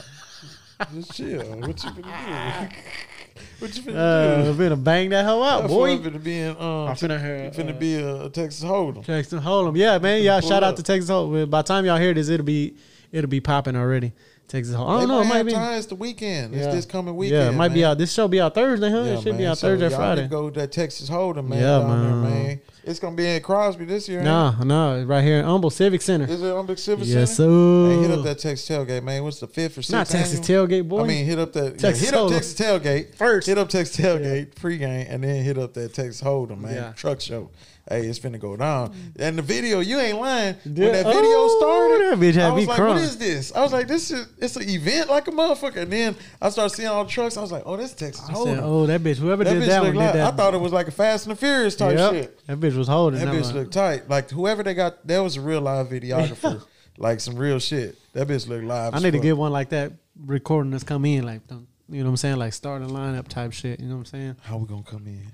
B: Just chill. What you finna do? what you finna
A: Uh,
B: do?
A: finna bang that hoe out,
B: That's why
A: boy.
B: I'm finna be in. Um,
A: I'm finna hear,
B: finna
A: uh,
B: be a, a Texas Hold'em.
A: Texas Hold'em, yeah, man. Y'all
B: Pull
A: shout
B: up.
A: out to Texas Hold'em. By the time y'all hear this, it'll be it'll be popping already. Texas Hold'em. I
B: They
A: don't know. It
B: might
A: might
B: have
A: be.
B: ties the weekend.
A: Yeah.
B: It's this coming weekend.
A: yeah, it might be
B: man.
A: out. This show be out Thursday, huh? it should be
B: man.
A: out
B: So
A: Thursday,
B: y'all
A: Friday.
B: Can go to that Texas Hold'em, man.
A: Yeah,
B: Yeah, down
A: man.
B: There, man. It's gonna be in Crosby this year. ain't
A: No, no, it's right here in Humble Civic Center.
B: it? Is it on Big Silver
A: yes,
B: Center? Hey, hit
A: sir.
B: up that Texas tailgate, man. What's the fifth or sixth?
A: Not Texas
B: annual?
A: tailgate, boy.
B: I mean, hit up that
A: Texas
B: yeah, hit up
A: Hold'em.
B: Texas tailgate
A: First.
B: Hit up Texas tailgate pregame, and then hit up that Texas Hold'em, man.
A: Yeah.
B: Truck show. Hey, it's finna go down. And the video, you ain't lying.
A: Mm. Yeah.
B: When that video
A: Oh,
B: started,
A: that bitch had
B: I was
A: me
B: like, "What
A: crying.
B: is this?" I was like, "This is it's an event, like a motherfucker." And then I started seeing all the trucks. I was like, "Oh, that's Texas
A: I said,
B: Hold'em."
A: oh, that bitch. Whoever
B: That
A: did
B: bitch
A: that one
B: looked
A: did
B: like,
A: that.
B: I thought it was like a Fast and the Furious type
A: Yep.
B: shit.
A: That bitch was holding.
B: That
A: I'm
B: bitch
A: like,
B: looked tight. Like whoever they got, that was a real live videographer. like some real shit. That bitch looked live.
A: I
B: as
A: need to
B: fuck.
A: get one like that recording us come in like don't- you know what I'm saying like starting lineup type shit you know what I'm saying
B: How we gonna come in?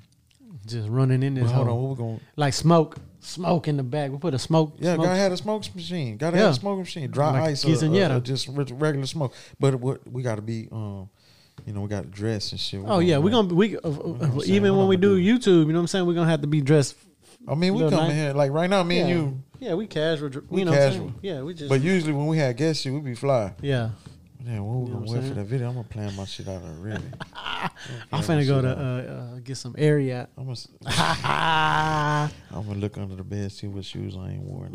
A: just running in this
B: Well, hold
A: hole.
B: on, what we gonna?
A: like smoke smoke in the back we put a smoke
B: Yeah,
A: smoke-
B: gotta have a smoke machine. Gotta
A: Yeah.
B: have a smoke machine. Dry
A: Like
B: ice or, or,
A: quinceañera.
B: or just re- regular smoke. But what we gotta be, um, you know, we gotta dress and shit.
A: oh yeah we're
B: wear-
A: gonna we uh, uh,
B: I'm saying?
A: even
B: What
A: when
B: I'm
A: we do
B: gonna
A: YouTube you know what I'm saying we're gonna have to be dressed
B: I mean, we
A: Little
B: come in
A: night.
B: here like right now, me
A: yeah.
B: and you.
A: yeah we casual dr-
B: We
A: you know what I'm
B: casual.
A: saying? yeah we just
B: But usually when we had guests, shit, we be fly.
A: yeah
B: Yeah, what we
A: You know
B: gonna
A: what I'm
B: wear for
A: saying?
B: that video? I'm gonna plan my shit out already.
A: I'm
B: my
A: finna go
B: shit
A: to
B: out.
A: uh, uh, get some Ariat
B: I'm gonna,
A: yeah
B: I'm gonna look under the bed, see what shoes I ain't wearing.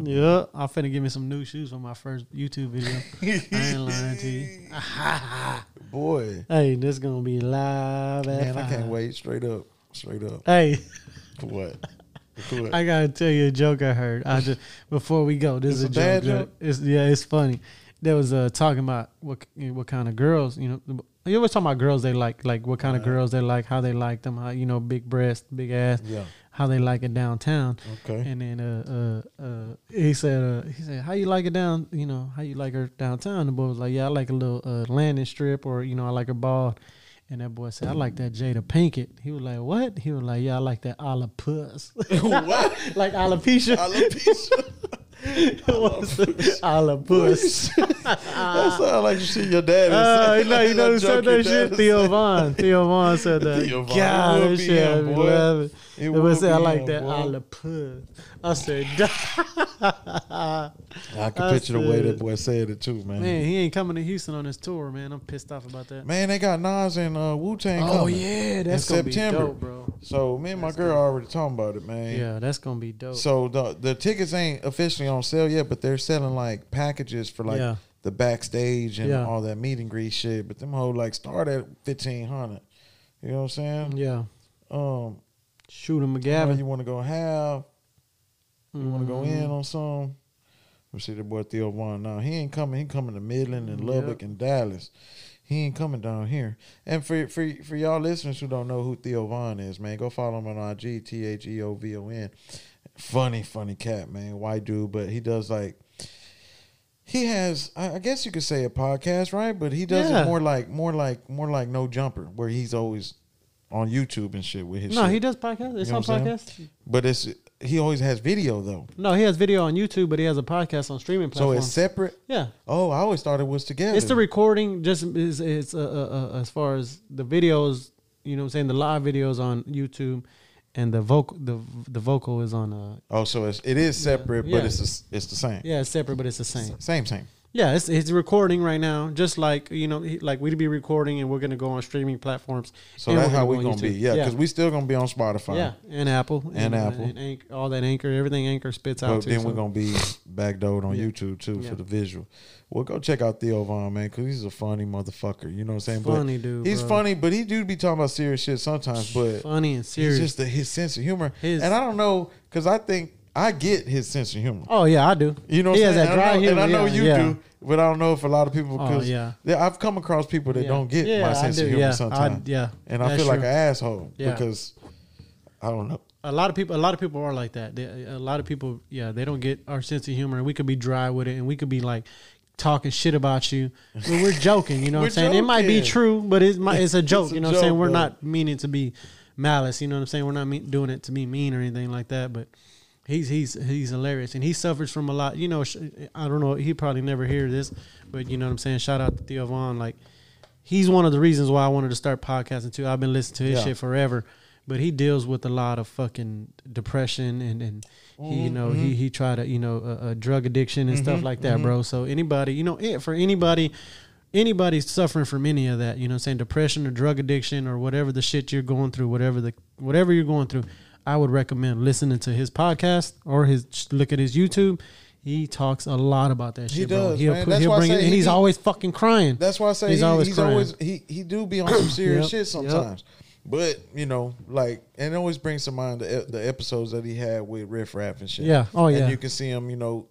A: I'm finna give me some new shoes for my first YouTube video I ain't lying to you.
B: Boy,
A: Hey, this gonna be live. At
B: man, I can't
A: five.
B: wait. Straight up, straight up.
A: Hey,
B: For what? For what?
A: I gotta tell you a joke I heard. I just before we go, this
B: It's
A: is a,
B: a bad
A: joke. that-
B: joke?
A: It's yeah, it's funny. There was uh talking about what you know, what kind of girls you know. You always talking about girls they like, like what kind of girls they like, how they like them, how you know, big breast, big ass,
B: Yeah.
A: how they like it downtown.
B: Okay.
A: And then uh uh uh he said uh he said how you like it down you know how you like her downtown. The boy was like yeah I like a little uh, landing strip or you know I like her bald. And that boy said I like that Jada Pinkett. He was like what? He was like yeah I like that a la puss.
B: what?
A: like alopecia.
B: Alopecia.
A: What's the- a la puss.
B: that sound like you see your dad.
A: Oh, you know, you know who said
B: joke your
A: that shit?
B: dad
A: Theo Vaughn. Theo Vaughn said that.
B: Theo Von. It
A: God,
B: would
A: that
B: be
A: shit
B: him,
A: had me
B: boy.
A: laughing.
B: It
A: It
B: would
A: was
B: be
A: I like
B: him,
A: that
B: boy.
A: a la puss. I said,
B: said. I can picture the way that boy said it too, man.
A: man,
B: Man,
A: he ain't coming to Houston on his tour, man. I'm pissed off about that.
B: they got Nas and uh, Wu Tang.
A: oh yeah, that's gonna
B: September.
A: be dope, bro.
B: So me and my girl already talking about it, man.
A: Yeah, that's gonna be dope.
B: So the the tickets ain't officially on sale yet, but they're selling like packages for like
A: Yeah.
B: the backstage and
A: Yeah.
B: all that meet and greet shit. But them whole like start at fifteen hundred. You know what I'm saying?
A: yeah,
B: Um,
A: shoot him,
B: how
A: McGavin.
B: you want to go half? You want to go
A: Mm-hmm.
B: in on some? We see the boy Theo Vaughn. Now he ain't coming. He coming to Midland and Lubbock
A: Yep.
B: and Dallas. He ain't coming down here. And for for for y'all listeners who don't know who Theo Vaughn is, man, go follow him on IG. T H E O V O N. Funny, funny cat, man. White dude, but he does like he has I I guess you could say a podcast, right? But he does
A: Yeah.
B: it more like more like more like no jumper, where he's always on YouTube and shit with his
A: No,
B: shit.
A: he does podcast. It's
B: You know
A: on
B: what I'm saying?
A: podcast.
B: But it's he always has video though.
A: No, he has video on YouTube, but he has a podcast on streaming
B: So
A: platforms.
B: it's separate.
A: yeah,
B: Oh, I always thought it was together.
A: it's the recording. Just is it's uh, uh, uh, as far as the videos, you know, what I'm saying the live videos on YouTube, and the vocal the the vocal is on uh
B: oh, so it's it is separate,
A: Yeah.
B: but it's the, it's the same.
A: yeah it's separate, but it's the same.
B: Same same.
A: Yeah, it's it's recording right now, just like you know, he- like we'd be recording, and we're gonna go on streaming platforms.
B: So
A: and
B: that's
A: we're
B: how we're
A: go on
B: gonna be.
A: YouTube.
B: Yeah, because we still gonna be on Spotify.
A: yeah, and Apple
B: And Apple.
A: and Anch- all that Anchor, everything Anchor spits out.
B: But
A: to,
B: then we're
A: so.
B: gonna be backdoored on YouTube too
A: Yeah.
B: for the visual. Well, go check out Theo Von man, because he's a funny motherfucker. You know what I'm saying?
A: Funny
B: but
A: dude,
B: He's
A: bro.
B: funny, but he do be talking about serious shit sometimes. But
A: funny and serious.
B: he's just the, his sense of humor,
A: His-
B: and I don't know because I think I get his sense of humor.
A: oh yeah, I do.
B: You know, what
A: he
B: I'm
A: has
B: saying?
A: that
B: And I
A: dry
B: know-
A: humor,
B: and I know
A: yeah,
B: you
A: yeah.
B: do, but I don't know if a lot of people
A: Oh,
B: because
A: yeah.
B: I've come across people that
A: Yeah.
B: don't get
A: Yeah,
B: my
A: I
B: sense
A: do,
B: of humor
A: yeah. I-
B: sometimes.
A: yeah,
B: and I
A: that's
B: feel like
A: true.
B: an asshole
A: Yeah.
B: because I don't know.
A: A lot of people, a lot of people are like that. They, a lot of people, yeah, they don't get our sense of humor, and we could be dry with it, and we could be like talking shit about you, but we're joking. You know what I'm
B: We're
A: saying? It might be
B: joking.
A: true, but it's my, it's a joke.
B: It's a
A: you know what I'm saying?
B: joke,
A: We're
B: bro.
A: not meaning to be malice. You know what I'm saying? We're not mean, doing it to be mean or anything like that. But he's he's he's hilarious, and he suffers from a lot. You know, sh- I don't know. He probably never hear this, but you know what I'm saying? Shout out to Theo Vaughn, like. he's one of the reasons why I wanted to start podcasting too. I've been listening to his
B: Yeah.
A: shit forever, but he deals with a lot of fucking depression and and he you know
B: Mm-hmm.
A: he he tried to you know uh, uh, drug addiction and stuff like that, bro. So anybody you know it for anybody. Anybody suffering from any of that, you know, what I'm saying depression or drug addiction or whatever the shit you're going through, whatever the whatever you're going through, I would recommend listening to his podcast or his just look at his YouTube. He talks a lot about that shit, bro.
B: does,
A: He'll,
B: man.
A: put,
B: That's
A: he'll
B: why I
A: bring it,
B: say
A: and
B: he
A: he's
B: be-
A: always fucking crying.
B: That's why I say he's, he, always, he's
A: crying.
B: always he he do be on some serious
A: Yep,
B: shit
A: yep.
B: sometimes. But you know, like, and it always brings to mind the, ep- the episodes that he had with Riff Raff and shit.
A: Yeah. Oh, yeah.
B: And you can see him, you know.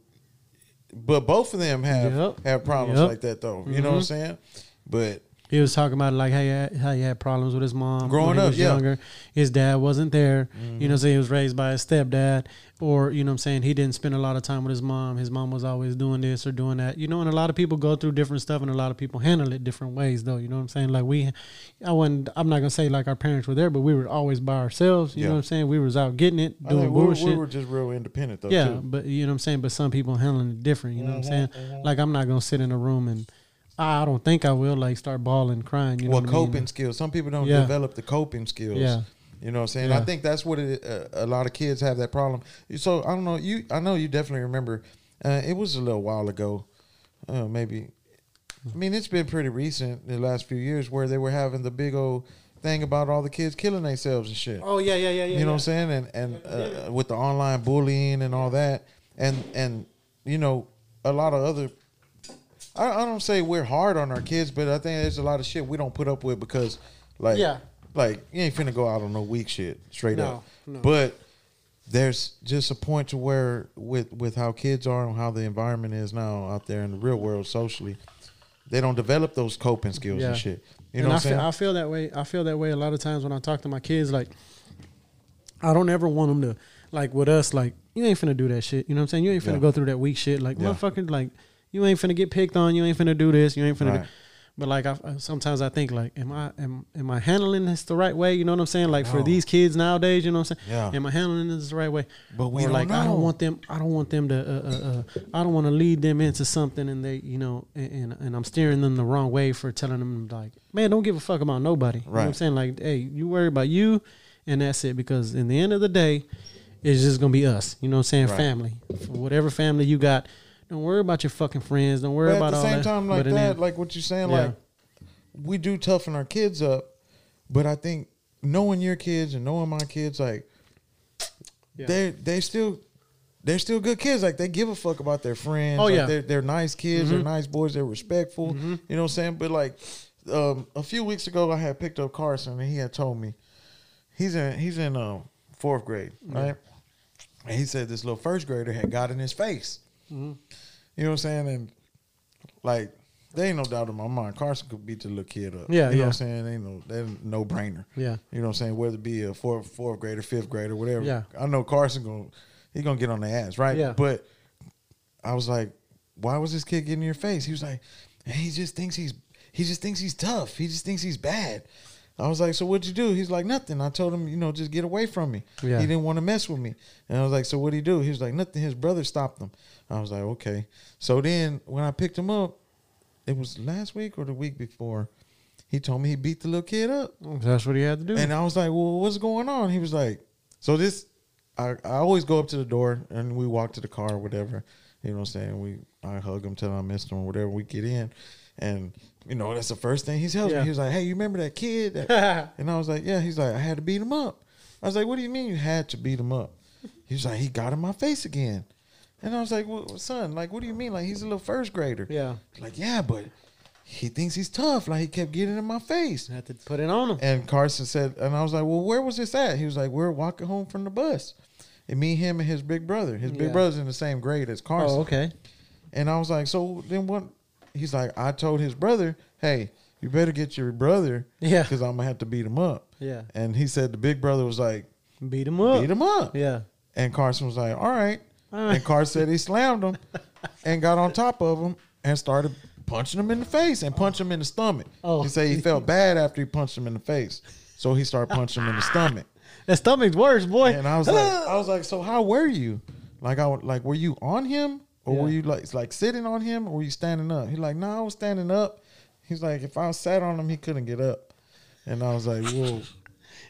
B: But both of them have
A: Yep.
B: have problems
A: Yep. Mm-hmm.
B: like that, though. You know what I'm saying? But
A: He was talking about like how he had, how he had problems with his mom
B: Growing
A: when he
B: up,
A: was
B: yeah. Mm-hmm.
A: younger. His dad wasn't there. You know, what I'm saying he was raised by his stepdad, or you know, what I'm saying he didn't spend a lot of time with his mom. His mom was always doing this or doing that. You know, and a lot of people go through different stuff, and a lot of people handle it different ways, though. You know what I'm saying? Like we, I wouldn't. I'm not gonna say like our parents were there, but we were always by ourselves. You
B: Yeah.
A: know what I'm saying? We was out getting it,
B: I
A: doing
B: think we, were-
A: bullshit.
B: we were just real independent, though.
A: Yeah,
B: too. Mm-hmm,
A: but you know what I'm saying. But some people handling it different. You know what I'm saying. Like I'm not gonna sit in a room and I don't think I will like start bawling, crying. You know
B: well,
A: what I mean?
B: coping skills. Some people don't
A: Yeah.
B: develop the coping skills.
A: Yeah.
B: You know what I'm saying?
A: Yeah.
B: I think that's what it, uh, a lot of kids have that problem. So I don't know. You, I know you definitely remember. Uh, it was a little while ago, uh, maybe. I mean, it's been pretty recent the last few years where they were having the big old thing about all the kids killing themselves and shit.
A: Oh yeah, yeah, yeah, yeah.
B: you know what I'm saying? And and uh, with the online bullying and all that, and and you know a lot of other. I, I don't say we're hard on our kids, but I think there's a lot of shit we don't put up with because, like,
A: Yeah.
B: like you ain't finna go out on no weak shit straight
A: No,
B: up.
A: no.
B: But there's just a point to where with with how kids are and how the environment is now out there in the real world socially, they don't develop those coping skills and
A: Yeah.
B: shit. You
A: And
B: know
A: I
B: what I'm saying?
A: feel, I feel that way. I feel that way a lot of times when I talk to my kids. Like I don't ever want them to like with us. Like you ain't finna do that shit. You know what I'm saying? You ain't finna
B: Yeah.
A: go through that weak shit. Like
B: Yeah.
A: motherfucking like you ain't finna get picked on. You ain't finna do this. You ain't finna.
B: Right.
A: Do, but like I, I- sometimes I think like, am I am am I handling this the right way? You know what I'm saying? Like for
B: No.
A: these kids nowadays, you know what I'm saying?
B: Yeah.
A: Am I handling this the right way?
B: But we
A: Or,
B: don't
A: like I
B: know.
A: don't want them. I don't want them to. Uh, uh, uh, I don't want to lead them into something, and they, you know, and, and and I'm steering them the wrong way for telling them like, man, don't give a fuck about nobody. You know what I'm
B: Right.
A: saying like, hey, you worry about you, and that's it. Because in the end of the day, it's just gonna be us. You know what I'm saying?
B: Right.
A: Family, whatever family you got. Don't worry about your fucking friends. Don't worry
B: But
A: about
B: at the
A: all
B: same
A: that.
B: time,
A: But
B: like
A: in the
B: that,
A: end-
B: like what you're saying,
A: Yeah.
B: like we do toughen our kids up, but I think knowing your kids and knowing my kids, like
A: Yeah.
B: they they still they're still good kids. Like they give a fuck about their friends.
A: Oh,
B: Like,
A: yeah. Mm-hmm.
B: they're, they're nice kids. They're nice boys. They're respectful. You know what I'm saying? But like um, a few weeks ago, I had picked up Carson, and he had told me he's in he's in um, fourth grade, right? And he said this little first grader had got in his face.
A: Mm-hmm.
B: You know what I'm saying? And like, there ain't no doubt in my mind, Carson could beat the little kid up. you know
A: Yeah, yeah.
B: what I'm saying? Ain't no, that no brainer.
A: Yeah.
B: you know what I'm saying? Whether it be a fourth, fourth grader, fifth grader, whatever.
A: Yeah.
B: I know Carson gonna he gonna get on the ass, right?
A: Yeah.
B: but I was like, why was this kid getting in your face? He was like, he just thinks he's he just thinks he's tough. He just thinks he's bad. I was like, so what'd you do? He's like, nothing. I told him, you know, just get away from me.
A: Yeah.
B: He didn't want to mess with me. And I was like, so what'd he do? He was like, nothing. His brother stopped him. I was like, okay. So then when I picked him up, it was last week or the week before, he told me he beat the little kid up.
A: Oh, That's what he had to do.
B: And I was like, "Well, what's going on?" He was like, "So this, I, I always go up to the door and we walk to the car, or whatever. You know what I'm saying? We I hug him, tell him I missed him, or whatever. We get in, and you know that's the first thing he tells
A: Yeah.
B: me. He was like, "Hey, you remember that kid?" that-" and I was like, "Yeah." He's like, "I had to beat him up." I was like, "What do you mean you had to beat him up?" He was like, "He got in my face again," and I was like, well, "Son, like, what do you mean? Like, he's a little first grader."
A: yeah,
B: Like, yeah, but he thinks he's tough. Like, he kept getting in my face.
A: had to put it on him.
B: And Carson said, and I was like, well, where was this at? He was like, we are walking home from the bus. And me, him, and his big brother. His big
A: Yeah.
B: brother's in the same grade as Carson.
A: Oh, okay.
B: And I was like, so then what? He's like, I told his brother, hey, you better get your brother.
A: Yeah.
B: Because I'm going to have to beat him up.
A: Yeah.
B: And he said the big brother was like,
A: Beat him up.
B: beat him up.
A: Yeah.
B: And Carson was like, all right.
A: All right.
B: And Carson said he slammed him and got on top of him and started punching him in the face and punched him in the stomach.
A: Oh.
B: He said he felt bad after he punched him in the face. So he started punching him in the stomach.
A: That stomach's worse, boy.
B: And I was like, I was like, so how were you? Like I would- like were you on him or were
A: Yeah.
B: you like like sitting on him or were you standing up? He's like, no, I was standing up. He's like, if I sat on him, he couldn't get up. And I was like, whoa.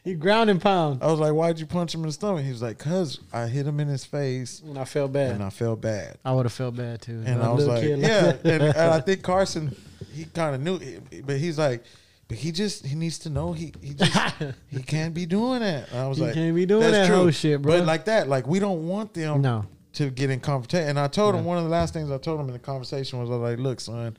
A: he ground and pound,
B: I was like, why'd you punch him in the stomach? He was like, cause I hit him in his face
A: and I felt bad.
B: and I felt bad.
A: I would have felt bad too.
B: And
A: A
B: I was
A: little
B: like,
A: kid
B: yeah.
A: that.
B: and, and I think Carson, he kind of knew, it, but he's like, but he just he needs to know he he just he can't be doing that. And I was
A: He
B: like,
A: can't be doing that whole shit, bro.
B: But like that, like we don't want them
A: No.
B: to get in confrontation. And I told him one of the last things I told him in the conversation was I was like, look, son,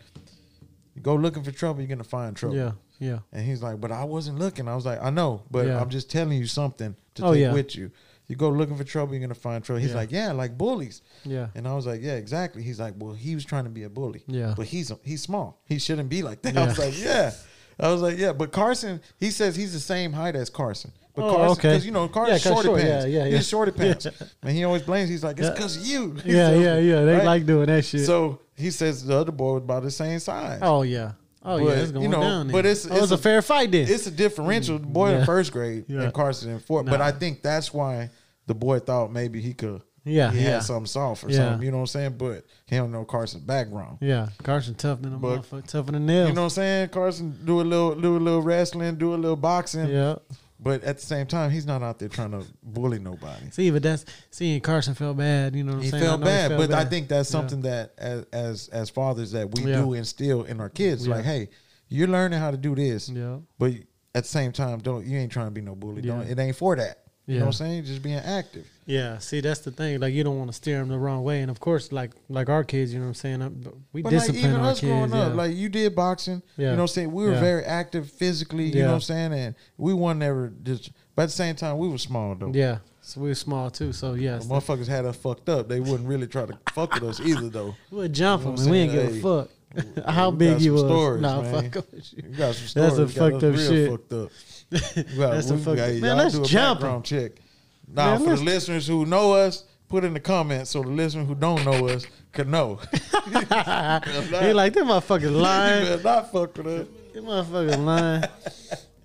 B: you go looking for trouble, you're gonna find trouble.
A: yeah, yeah.
B: And he's like, but I wasn't looking. I was like, I know, but
A: Yeah.
B: I'm just telling you something to
A: Oh,
B: take
A: yeah.
B: with you. You go looking for trouble, you're gonna find trouble. He's
A: Yeah.
B: like, yeah, like bullies.
A: Yeah.
B: And I was like, yeah, exactly. He's like, well, he was trying to be a bully.
A: Yeah.
B: But he's he's small. He shouldn't be like that. I
A: Yeah.
B: was like, yeah. I was like, yeah. But Carson, he says he's the same height as Carson. But
A: Oh,
B: Carson,
A: okay.
B: because you know,
A: Yeah,
B: Carson's
A: 'cause
B: shorty
A: short,
B: pants.
A: yeah, yeah, yeah.
B: He's shorty pants.
A: Yeah.
B: And he always blames. He's like, it's
A: Yeah.
B: because of you.
A: Yeah,
B: So-
A: yeah, yeah. They
B: right?
A: like doing that shit.
B: So he says the other boy was about the same size.
A: oh yeah, oh
B: But,
A: yeah. It's going
B: you know,
A: down. Then.
B: but it's-
A: Oh,
B: it's
A: it's a,
B: a-
A: fair fight then.
B: It's a differential. The boy in
A: Yeah.
B: first grade
A: Yeah.
B: and Carson in fourth. But
A: Nah.
B: I think that's why the boy thought maybe he could.
A: Yeah,
B: he
A: yeah.
B: had something soft or
A: Yeah.
B: something. You know what I'm saying? But he don't know Carson's background.
A: yeah, Carson Toughman, a
B: But-
A: motherfucker, tougher than nails.
B: You know what I'm saying? Carson do a little, do a little wrestling, do a little boxing.
A: yeah.
B: But at the same time, he's not out there trying to bully nobody.
A: See, but that's seeing Carson felt bad. You know what I'm
B: He
A: saying? I
B: felt
A: know he
B: bad, but I
A: bad.
B: think that's something that as as as fathers that we
A: Yeah.
B: do instill in our kids.
A: Yeah.
B: Like, hey, you're learning how to do this,
A: Yeah.
B: but at the same time, don't you ain't trying to be no bully. Don't
A: Yeah.
B: it ain't for that. You know
A: Yeah.
B: what I'm saying? Just being active.
A: Yeah, see, that's the thing. Like, you don't want to steer them the wrong way, and of course, like like our kids, you know what I'm saying. I, we
B: But like
A: discipline
B: even
A: our
B: us
A: kids.
B: growing up,
A: yeah.
B: like you did boxing. You
A: Yeah.
B: know what I'm saying? We were
A: Yeah.
B: very active physically, you know
A: Yeah.
B: what I'm saying? And we weren't never just but at the same time we were small though.
A: yeah. So we were small too. So
B: The
A: yes,
B: motherfuckers had us fucked up. They wouldn't really try to fuck with us either though.
A: we would jump
B: You know
A: them,
B: what
A: and we
B: I'm
A: didn't give a fuck how
B: we got
A: big
B: some
A: you was.
B: stories,
A: nah,
B: man.
A: fuck with you.
B: You got some stories.
A: That's a
B: You got us
A: fucked up
B: real
A: shit.
B: Fucked up. You got-
A: That's a
B: we-
A: fucked
B: yeah,
A: up-
B: y'all
A: Man, let's
B: do a
A: jump
B: background check. Now,
A: Man,
B: for
A: let's-
B: the listeners who know us, put in the comments so the listeners who don't know us can know.
A: he like them motherfuckers
B: you
A: lying.
B: better not fuck with us.
A: them motherfuckers lying.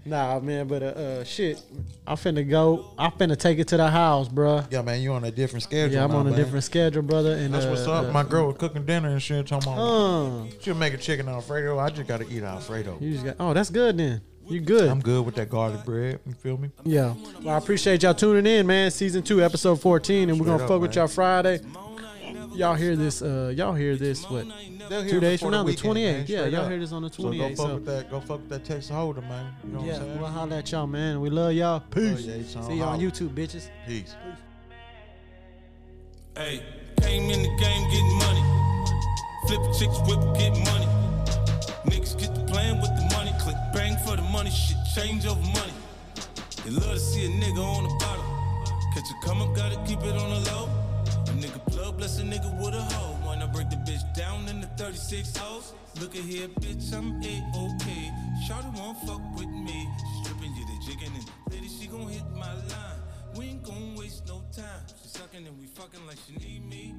A: Nah, man, but uh, uh, shit, I'm finna go. I'm finna take it to the house, bruh.
B: Yeah, man, you on a different schedule.
A: Yeah, I'm
B: now,
A: on a
B: man.
A: different schedule, brother. And
B: That's
A: uh,
B: what's up.
A: uh,
B: My girl was cooking dinner and shit. Talking about
A: uh,
B: she'll make a chicken alfredo. I just gotta eat alfredo.
A: you just got. Oh, that's good then. You good?
B: I'm good with that garlic bread. You feel me?
A: Yeah. Well, I appreciate y'all tuning in, man. Season two, episode fourteen, and we're
B: Straight
A: gonna
B: up,
A: fuck with
B: man.
A: y'all Friday. Y'all hear this? Uh, y'all hear this? What? Two days from now, the twenty eighth. Yeah, y'all hear this on the
B: So
A: twenty
B: go
A: eighth.
B: fuck
A: So,
B: with that. Go fuck with that Texas holder, man. You know
A: yeah,
B: what I'm saying?
A: we'll holler at y'all, man. We love y'all. Peace.
B: Oh, yeah, it's on
A: See y'all on
B: holler.
A: YouTube, bitches.
B: Peace.
D: Hey, came in the game getting money. Flip chicks, whip, get money. Niggas get to playing with the money. Click bang for the money, shit change over money. They love to see a nigga on the bottom. Catch a come up, gotta keep it on the low. A nigga plug, bless a nigga with a hoe. Wanna break the bitch down in the 36 hoes. Look at here, bitch, I'm A-OK. Shawty won't fuck with me. She stripping you, the jigging and lady, she gon' hit my line. We ain't gon' waste no time. She sucking and we fucking like she need me.